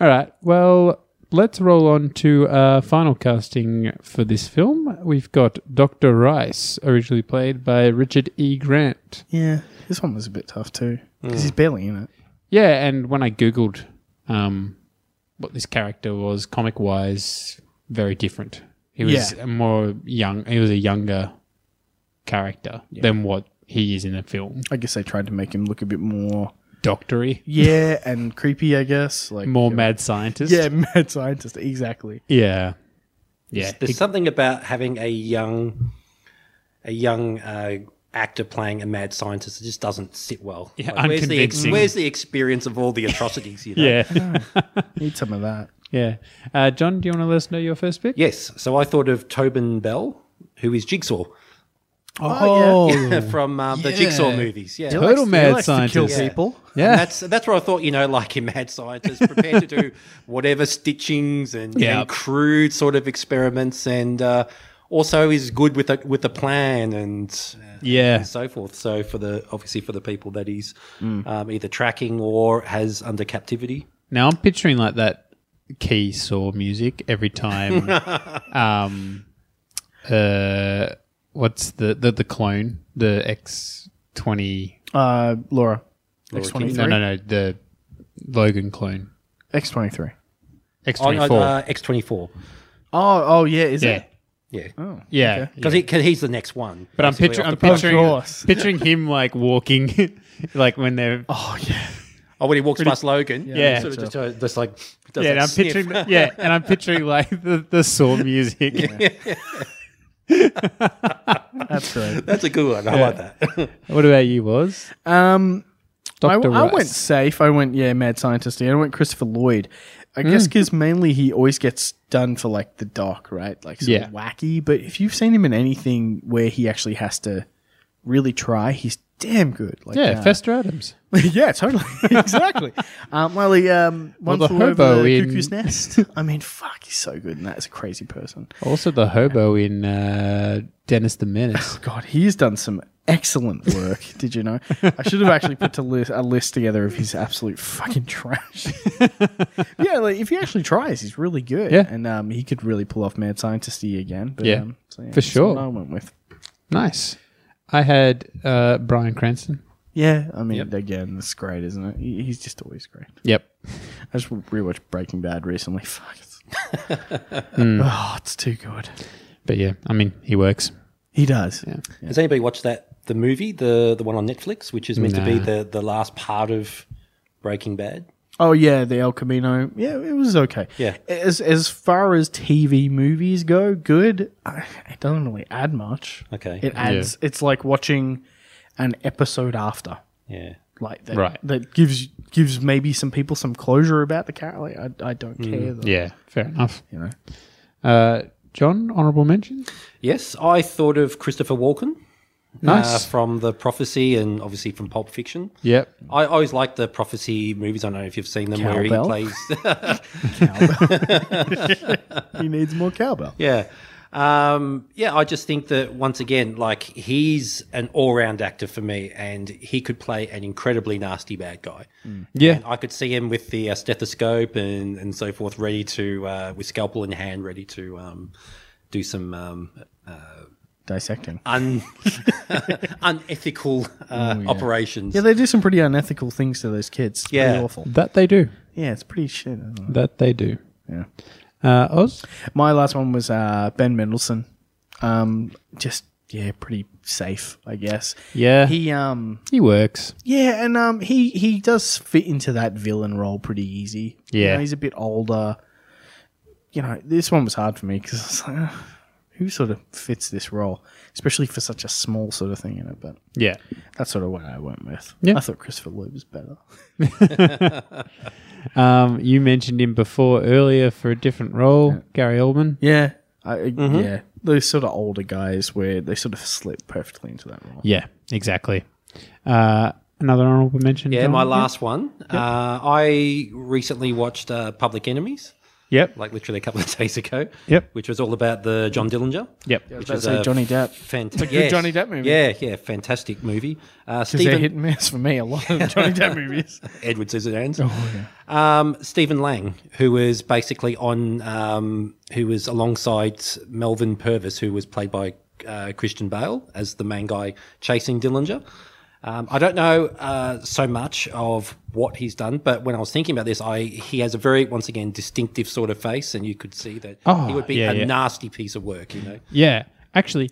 S1: All right. Well, let's roll on to uh, final casting for this film. We've got Dr. Rice, originally played by Richard E. Grant.
S2: Yeah, this one was a bit tough too because he's barely in it.
S1: Yeah, and when I Googled um, what this character was, comic wise, very different. He was
S2: Yeah.
S1: a more young, he was a younger character than what he is in the film.
S2: I guess they tried to make him look a bit more
S1: Doctory,
S2: yeah [laughs] and creepy. I guess like
S1: more mad scientist.
S2: Yeah, [laughs] mad scientist. Exactly.
S1: Yeah. Yeah.
S3: there's something about having a young a young uh, actor playing a mad scientist that just doesn't sit well.
S1: Yeah,
S3: where's, the ex-
S1: unconvincing.
S3: where's the experience of all the atrocities? You know?
S1: Yeah.
S2: Need some of that.
S1: [laughs] Yeah. Uh, John, do you want to let us know your first pick?
S3: Yes. So I thought of Tobin Bell, who is Jigsaw
S2: Oh, yeah.
S3: [laughs] from um, the Jigsaw movies. Yeah.
S1: Totally. Total
S2: He
S1: mad
S2: likes to kill
S1: scientist.
S3: Yeah.
S2: people.
S1: Yeah.
S3: And that's that's what I thought. You know, like in Mad Scientist, prepared
S1: [laughs]
S3: to do whatever stitchings and,
S1: Yeah.
S3: and crude sort of experiments, and uh, also is good with a with a plan and uh,
S1: [laughs] Yeah.
S3: and so forth. So for the obviously for the people that he's
S1: Mm.
S3: um, either tracking or has under captivity.
S1: Now I'm picturing like that key saw music every time. um, uh, what's the, the the clone? The X twenty?
S2: Uh, Laura. X twenty
S1: No, no, no.
S2: three.
S1: The Logan clone.
S2: X twenty three.
S1: X
S3: On uh,
S1: twenty four.
S3: X twenty four.
S2: Oh, oh yeah. Is
S1: Yeah,
S2: it?
S3: Yeah.
S1: yeah. Oh, yeah.
S3: Because he's the next one.
S1: But I'm
S3: basically,
S1: picturing,
S3: off
S1: I'm
S3: the bat.
S1: picturing,
S2: Of course.
S1: picturing him like walking, [laughs] like when they're.
S2: Oh yeah.
S3: Oh, when he walks past Logan,
S1: Yeah.
S3: sort of just, uh, just like
S1: [laughs] yeah,
S3: does that
S1: and I'm
S3: sniff.
S1: picturing, yeah, and I'm picturing like [laughs] the, the saw music.
S2: [laughs] That's great.
S3: That's a good one. I like that.
S1: What about you, was?
S2: Um, I,
S1: Dr.
S2: I
S1: Rice.
S2: went safe. I went yeah, mad scientist. I went Christopher Lloyd. I
S1: Hmm.
S2: guess 'cause guess because mainly he always gets done for like the doc, right? Like sort
S1: Yeah.
S2: of wacky. But if you've seen him in anything where he actually has to really try, he's damn good. Like,
S1: Yeah,
S2: uh,
S1: Fester Adams.
S2: [laughs] yeah, totally, exactly. Um, well, he um, one
S1: the
S2: flew over
S1: hobo
S2: the
S1: in-
S2: cuckoo's nest. I mean, fuck, he's so good, and that is a crazy person.
S1: Also, the hobo in uh, Dennis the Menace.
S2: God, he's done some excellent work.
S1: [laughs]
S2: did you know? I should have actually put to list, a list together of his absolute
S1: [laughs]
S2: fucking trash. yeah, like if he actually tries, he's really good.
S1: Yeah.
S2: and um, he could really pull off mad scientisty again. But,
S1: Yeah,
S2: um, so,
S1: for
S2: that's
S1: sure.
S2: what I went with.
S1: [laughs] nice. I had uh, Brian Cranston.
S2: Yeah, I mean, again, that's great, isn't it? He- He's just always great.
S1: Yep.
S2: I just rewatched Breaking Bad recently. [laughs] Fuck.
S1: [laughs]
S2: It's,
S1: Hmm.
S2: Oh, it's too good.
S1: But yeah, I mean, he works.
S2: He does. Yeah.
S3: Has anybody watched that the movie, the the one on Netflix, which is meant to be
S1: Nah.
S3: the the last part of Breaking Bad?
S2: Oh yeah, the El Camino. Yeah, it was okay.
S3: Yeah.
S2: As as far as TV movies go, good. I, it doesn't really add much.
S3: Okay.
S2: It adds. It's like watching an episode after.
S3: Yeah.
S2: Like that.
S1: Right.
S2: That gives gives maybe some people some closure about the character. Like, I I
S3: Mm.
S2: don't care. Though,
S1: Yeah, fair enough.
S2: You know.
S1: Uh, John, honorable mention?
S3: Yes, I thought of Christopher Walken. Uh,
S1: Nice.
S3: from The Prophecy and obviously from Pulp Fiction.
S1: yep.
S3: I always like the Prophecy movies. I don't know if you've seen them
S2: Cowbell?
S3: where he plays.
S2: He needs more
S3: [laughs]
S2: cowbell.
S3: yeah. Um, yeah, I just think that once again, like he's an all round actor for me and he could play an incredibly nasty bad guy.
S1: Yeah.
S3: And I could see him with the uh, stethoscope and, and so forth, ready to, uh, with scalpel in hand, ready to um, do some um,
S2: Dissecting.
S3: un- [laughs] unethical uh, operations.
S2: Yeah, they do some pretty unethical things to those kids. It's pretty
S3: Yeah.
S2: awful.
S1: That they do.
S2: Yeah, it's pretty shit. I don't know.
S1: That they do.
S2: Yeah.
S1: Uh, Oz?
S2: My last one was uh, Ben Mendelsohn. Um, just yeah, pretty safe, I guess.
S1: Yeah.
S2: He um
S1: He works.
S2: yeah, and um he he does fit into that villain role pretty easy. You
S1: Yeah.
S2: know, he's a bit older. You know, this one was hard for me because I was like, "Ugh, who sort of fits this role, especially for such a small sort of thing in it. But
S1: Yeah.
S2: that's sort of what I went with.
S1: Yeah.
S2: I thought Christopher Lloyd was better.
S1: Um, you mentioned him before earlier for a different role, Gary Oldman.
S2: Yeah, Mm-hmm. I, yeah, those sort of older guys where they sort of slip perfectly into that role.
S1: Yeah, exactly. Uh, another honorable mention?
S3: Yeah,
S1: John?
S3: my last one. Uh, I recently watched uh, Public Enemies,
S1: Yep.
S3: like literally a couple of [laughs] days ago.
S1: Yep.
S3: which was all about the John Dillinger.
S1: Yep.
S3: Which
S2: about to say Johnny Depp.
S3: Fantastic.
S2: good Johnny Depp movie.
S3: Yeah, yeah, fantastic movie. Uh,
S2: Because they're
S3: Stephen
S2: hit and miss for me
S1: [laughs]
S2: a lot of Johnny Depp movies.
S3: Edward Scissorhands. um, Stephen Lang, who was basically on, um, who was alongside Melvin Purvis, who was played by uh, Christian Bale as the main guy chasing Dillinger. Um, I don't know uh, so much of what he's done, but when I was thinking about this, I he has a very once again distinctive sort of face, and you could see that
S1: Oh,
S3: he would be
S1: yeah,
S3: a
S1: yeah.
S3: nasty piece of work, you know.
S1: Yeah, actually,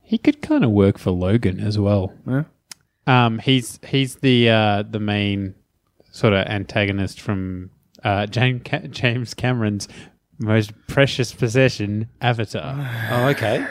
S1: he could kind of work for Logan as well. Um, he's he's the uh, the main sort of antagonist from uh, James Ca- James Cameron's most precious possession,
S3: [sighs]
S1: Avatar.
S3: Oh, okay.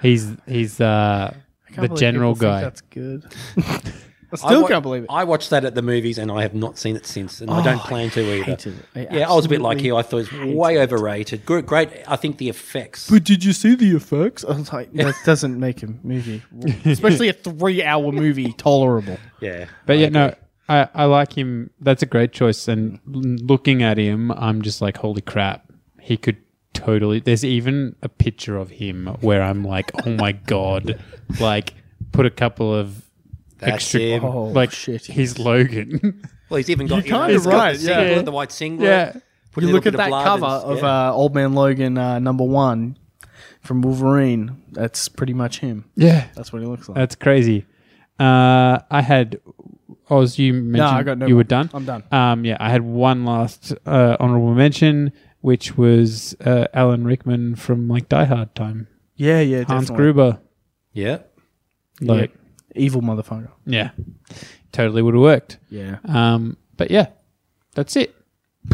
S1: He's he's uh, the general guy.
S2: that's [laughs] good. I still
S3: wa-
S2: can't believe it. Oh,
S3: I watched that at the movies, and I have not seen it since, and I don't plan to either.
S2: hated it. I
S3: yeah, I was a bit like
S2: absolutely
S3: you. I thought it was way overrated. Great, great. I think the effects.
S2: But did you see the effects? I was like, that doesn't make a [laughs] movie, especially a three-hour [laughs] movie, tolerable.
S3: Yeah,
S1: But yeah, no,
S2: uh,
S1: I, I like him. That's a great choice. And l- looking at him, I'm just like, holy crap, he could totally. There's even a picture of him where I'm like, oh my
S2: [laughs]
S1: god, like put a couple of
S3: That's
S1: extra,
S3: him.
S2: Oh,
S1: like
S2: shit,
S1: he's Logan. [laughs]
S3: Well, he's even got
S2: You're
S3: know,
S2: kinda
S3: he's got the
S2: right, yeah.
S3: singlet,
S1: Yeah.
S3: the white singlet.
S1: yeah,
S3: Put a
S2: You
S3: little
S2: look at
S3: bit
S2: that
S3: blood
S2: cover of
S3: and- yeah.
S2: uh, Old Man Logan uh, number one from Wolverine. That's pretty much him.
S1: yeah,
S2: That's what he looks like.
S1: that's crazy. Uh, I had. Oz, you mentioned
S2: I got no
S1: you
S2: more.
S1: were done.
S2: I'm done.
S1: Um, yeah, I had one last uh, honorable mention, which was uh, Alan Rickman from like Die Hard time.
S2: yeah, yeah,
S1: Hans
S2: definitely.
S1: Gruber.
S3: yeah.
S1: Like,
S2: evil motherfucker.
S1: yeah, totally would have worked.
S2: Yeah.
S1: Um, but yeah, that's it.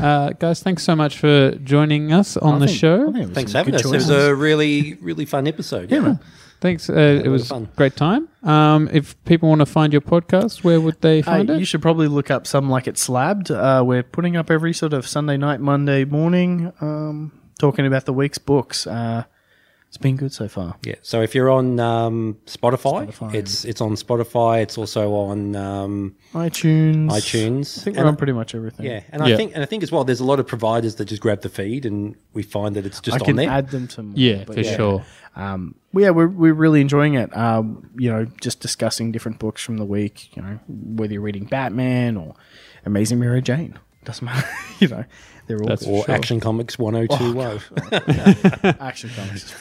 S1: Uh, guys, thanks so much for joining us on the show.
S3: Thanks for having us. It was a really, really fun episode. Yeah,
S1: Thanks. Uh, it was
S3: fun.
S1: great time. Um, if people want to find your podcast, where would they
S2: Hey,
S1: find it?
S2: you should probably look up some like it's slabbed. Uh, we're putting up every sort of Sunday night, Monday morning, um, talking about the week's books. Uh, it's been good so far.
S3: Yeah. So if you're on um, Spotify, it's it's on Spotify. It's also on um,
S2: iTunes,
S3: iTunes.
S2: I think
S3: And-
S2: we're on pretty much everything.
S3: yeah, and
S1: Yeah.
S3: I think and I think as well, there's a lot of providers that just grab the feed, and we find that it's just
S2: I
S3: on
S2: can
S3: there.
S2: add them to more.
S1: yeah,
S2: but
S1: for sure.
S2: Um, well, yeah, we're, we're really enjoying it. Um, you know, just discussing different books from the week. You know, whether you're reading Batman or Amazing Mary Jane, doesn't matter. [laughs] you know, they're all
S1: That's
S3: or
S1: for sure.
S3: Action Comics 1020. [laughs]
S2: action comics.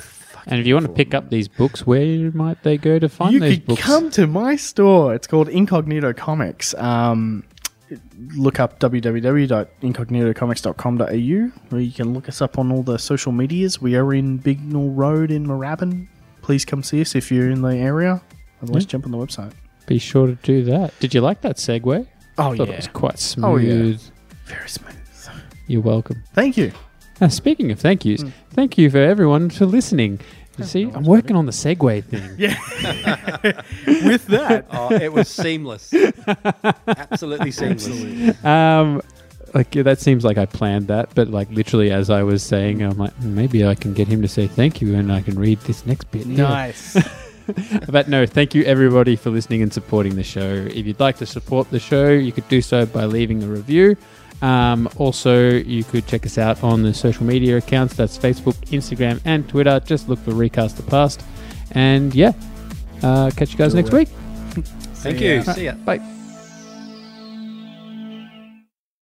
S1: And if you want to pick up these books, where might they go to find
S2: you
S1: these
S2: could
S1: books?
S2: come to my store. It's called Incognito Comics. Um, look up www.incognitocomics.com.au where you can look us up on all the social medias. We are in Bignell Road in Moorabbin. Please come see us if you're in the area. Otherwise, jump on the website.
S1: Be sure to do that. Did you like that segue?
S2: Oh,
S1: I thought
S2: yeah.
S1: it was quite smooth.
S2: Oh, yeah. Very smooth.
S1: You're welcome.
S2: Thank you.
S1: Now, Ah, speaking of thank yous, thank you for everyone for listening. Hmm. You see, I'm working on the segue thing. [laughs] yeah.
S2: With [laughs] that,
S3: Oh, it was [laughs] seamless. Absolutely seamless.
S1: Um, like yeah, that seems like I planned that, but like literally as I was saying, I'm like, "Hmm, maybe I can get him to say thank you, and I can read this next bit. here."
S2: nice.
S1: [laughs] But no, thank you everybody for listening and supporting the show. If you'd like to support the show, you could do so by leaving a review. Um, also, you could check us out on the social media accounts. That's Facebook, Instagram, and Twitter. Just look for Recast the Past. And yeah, uh, catch you guys next week.
S3: Thank you. See ya.
S1: Bye.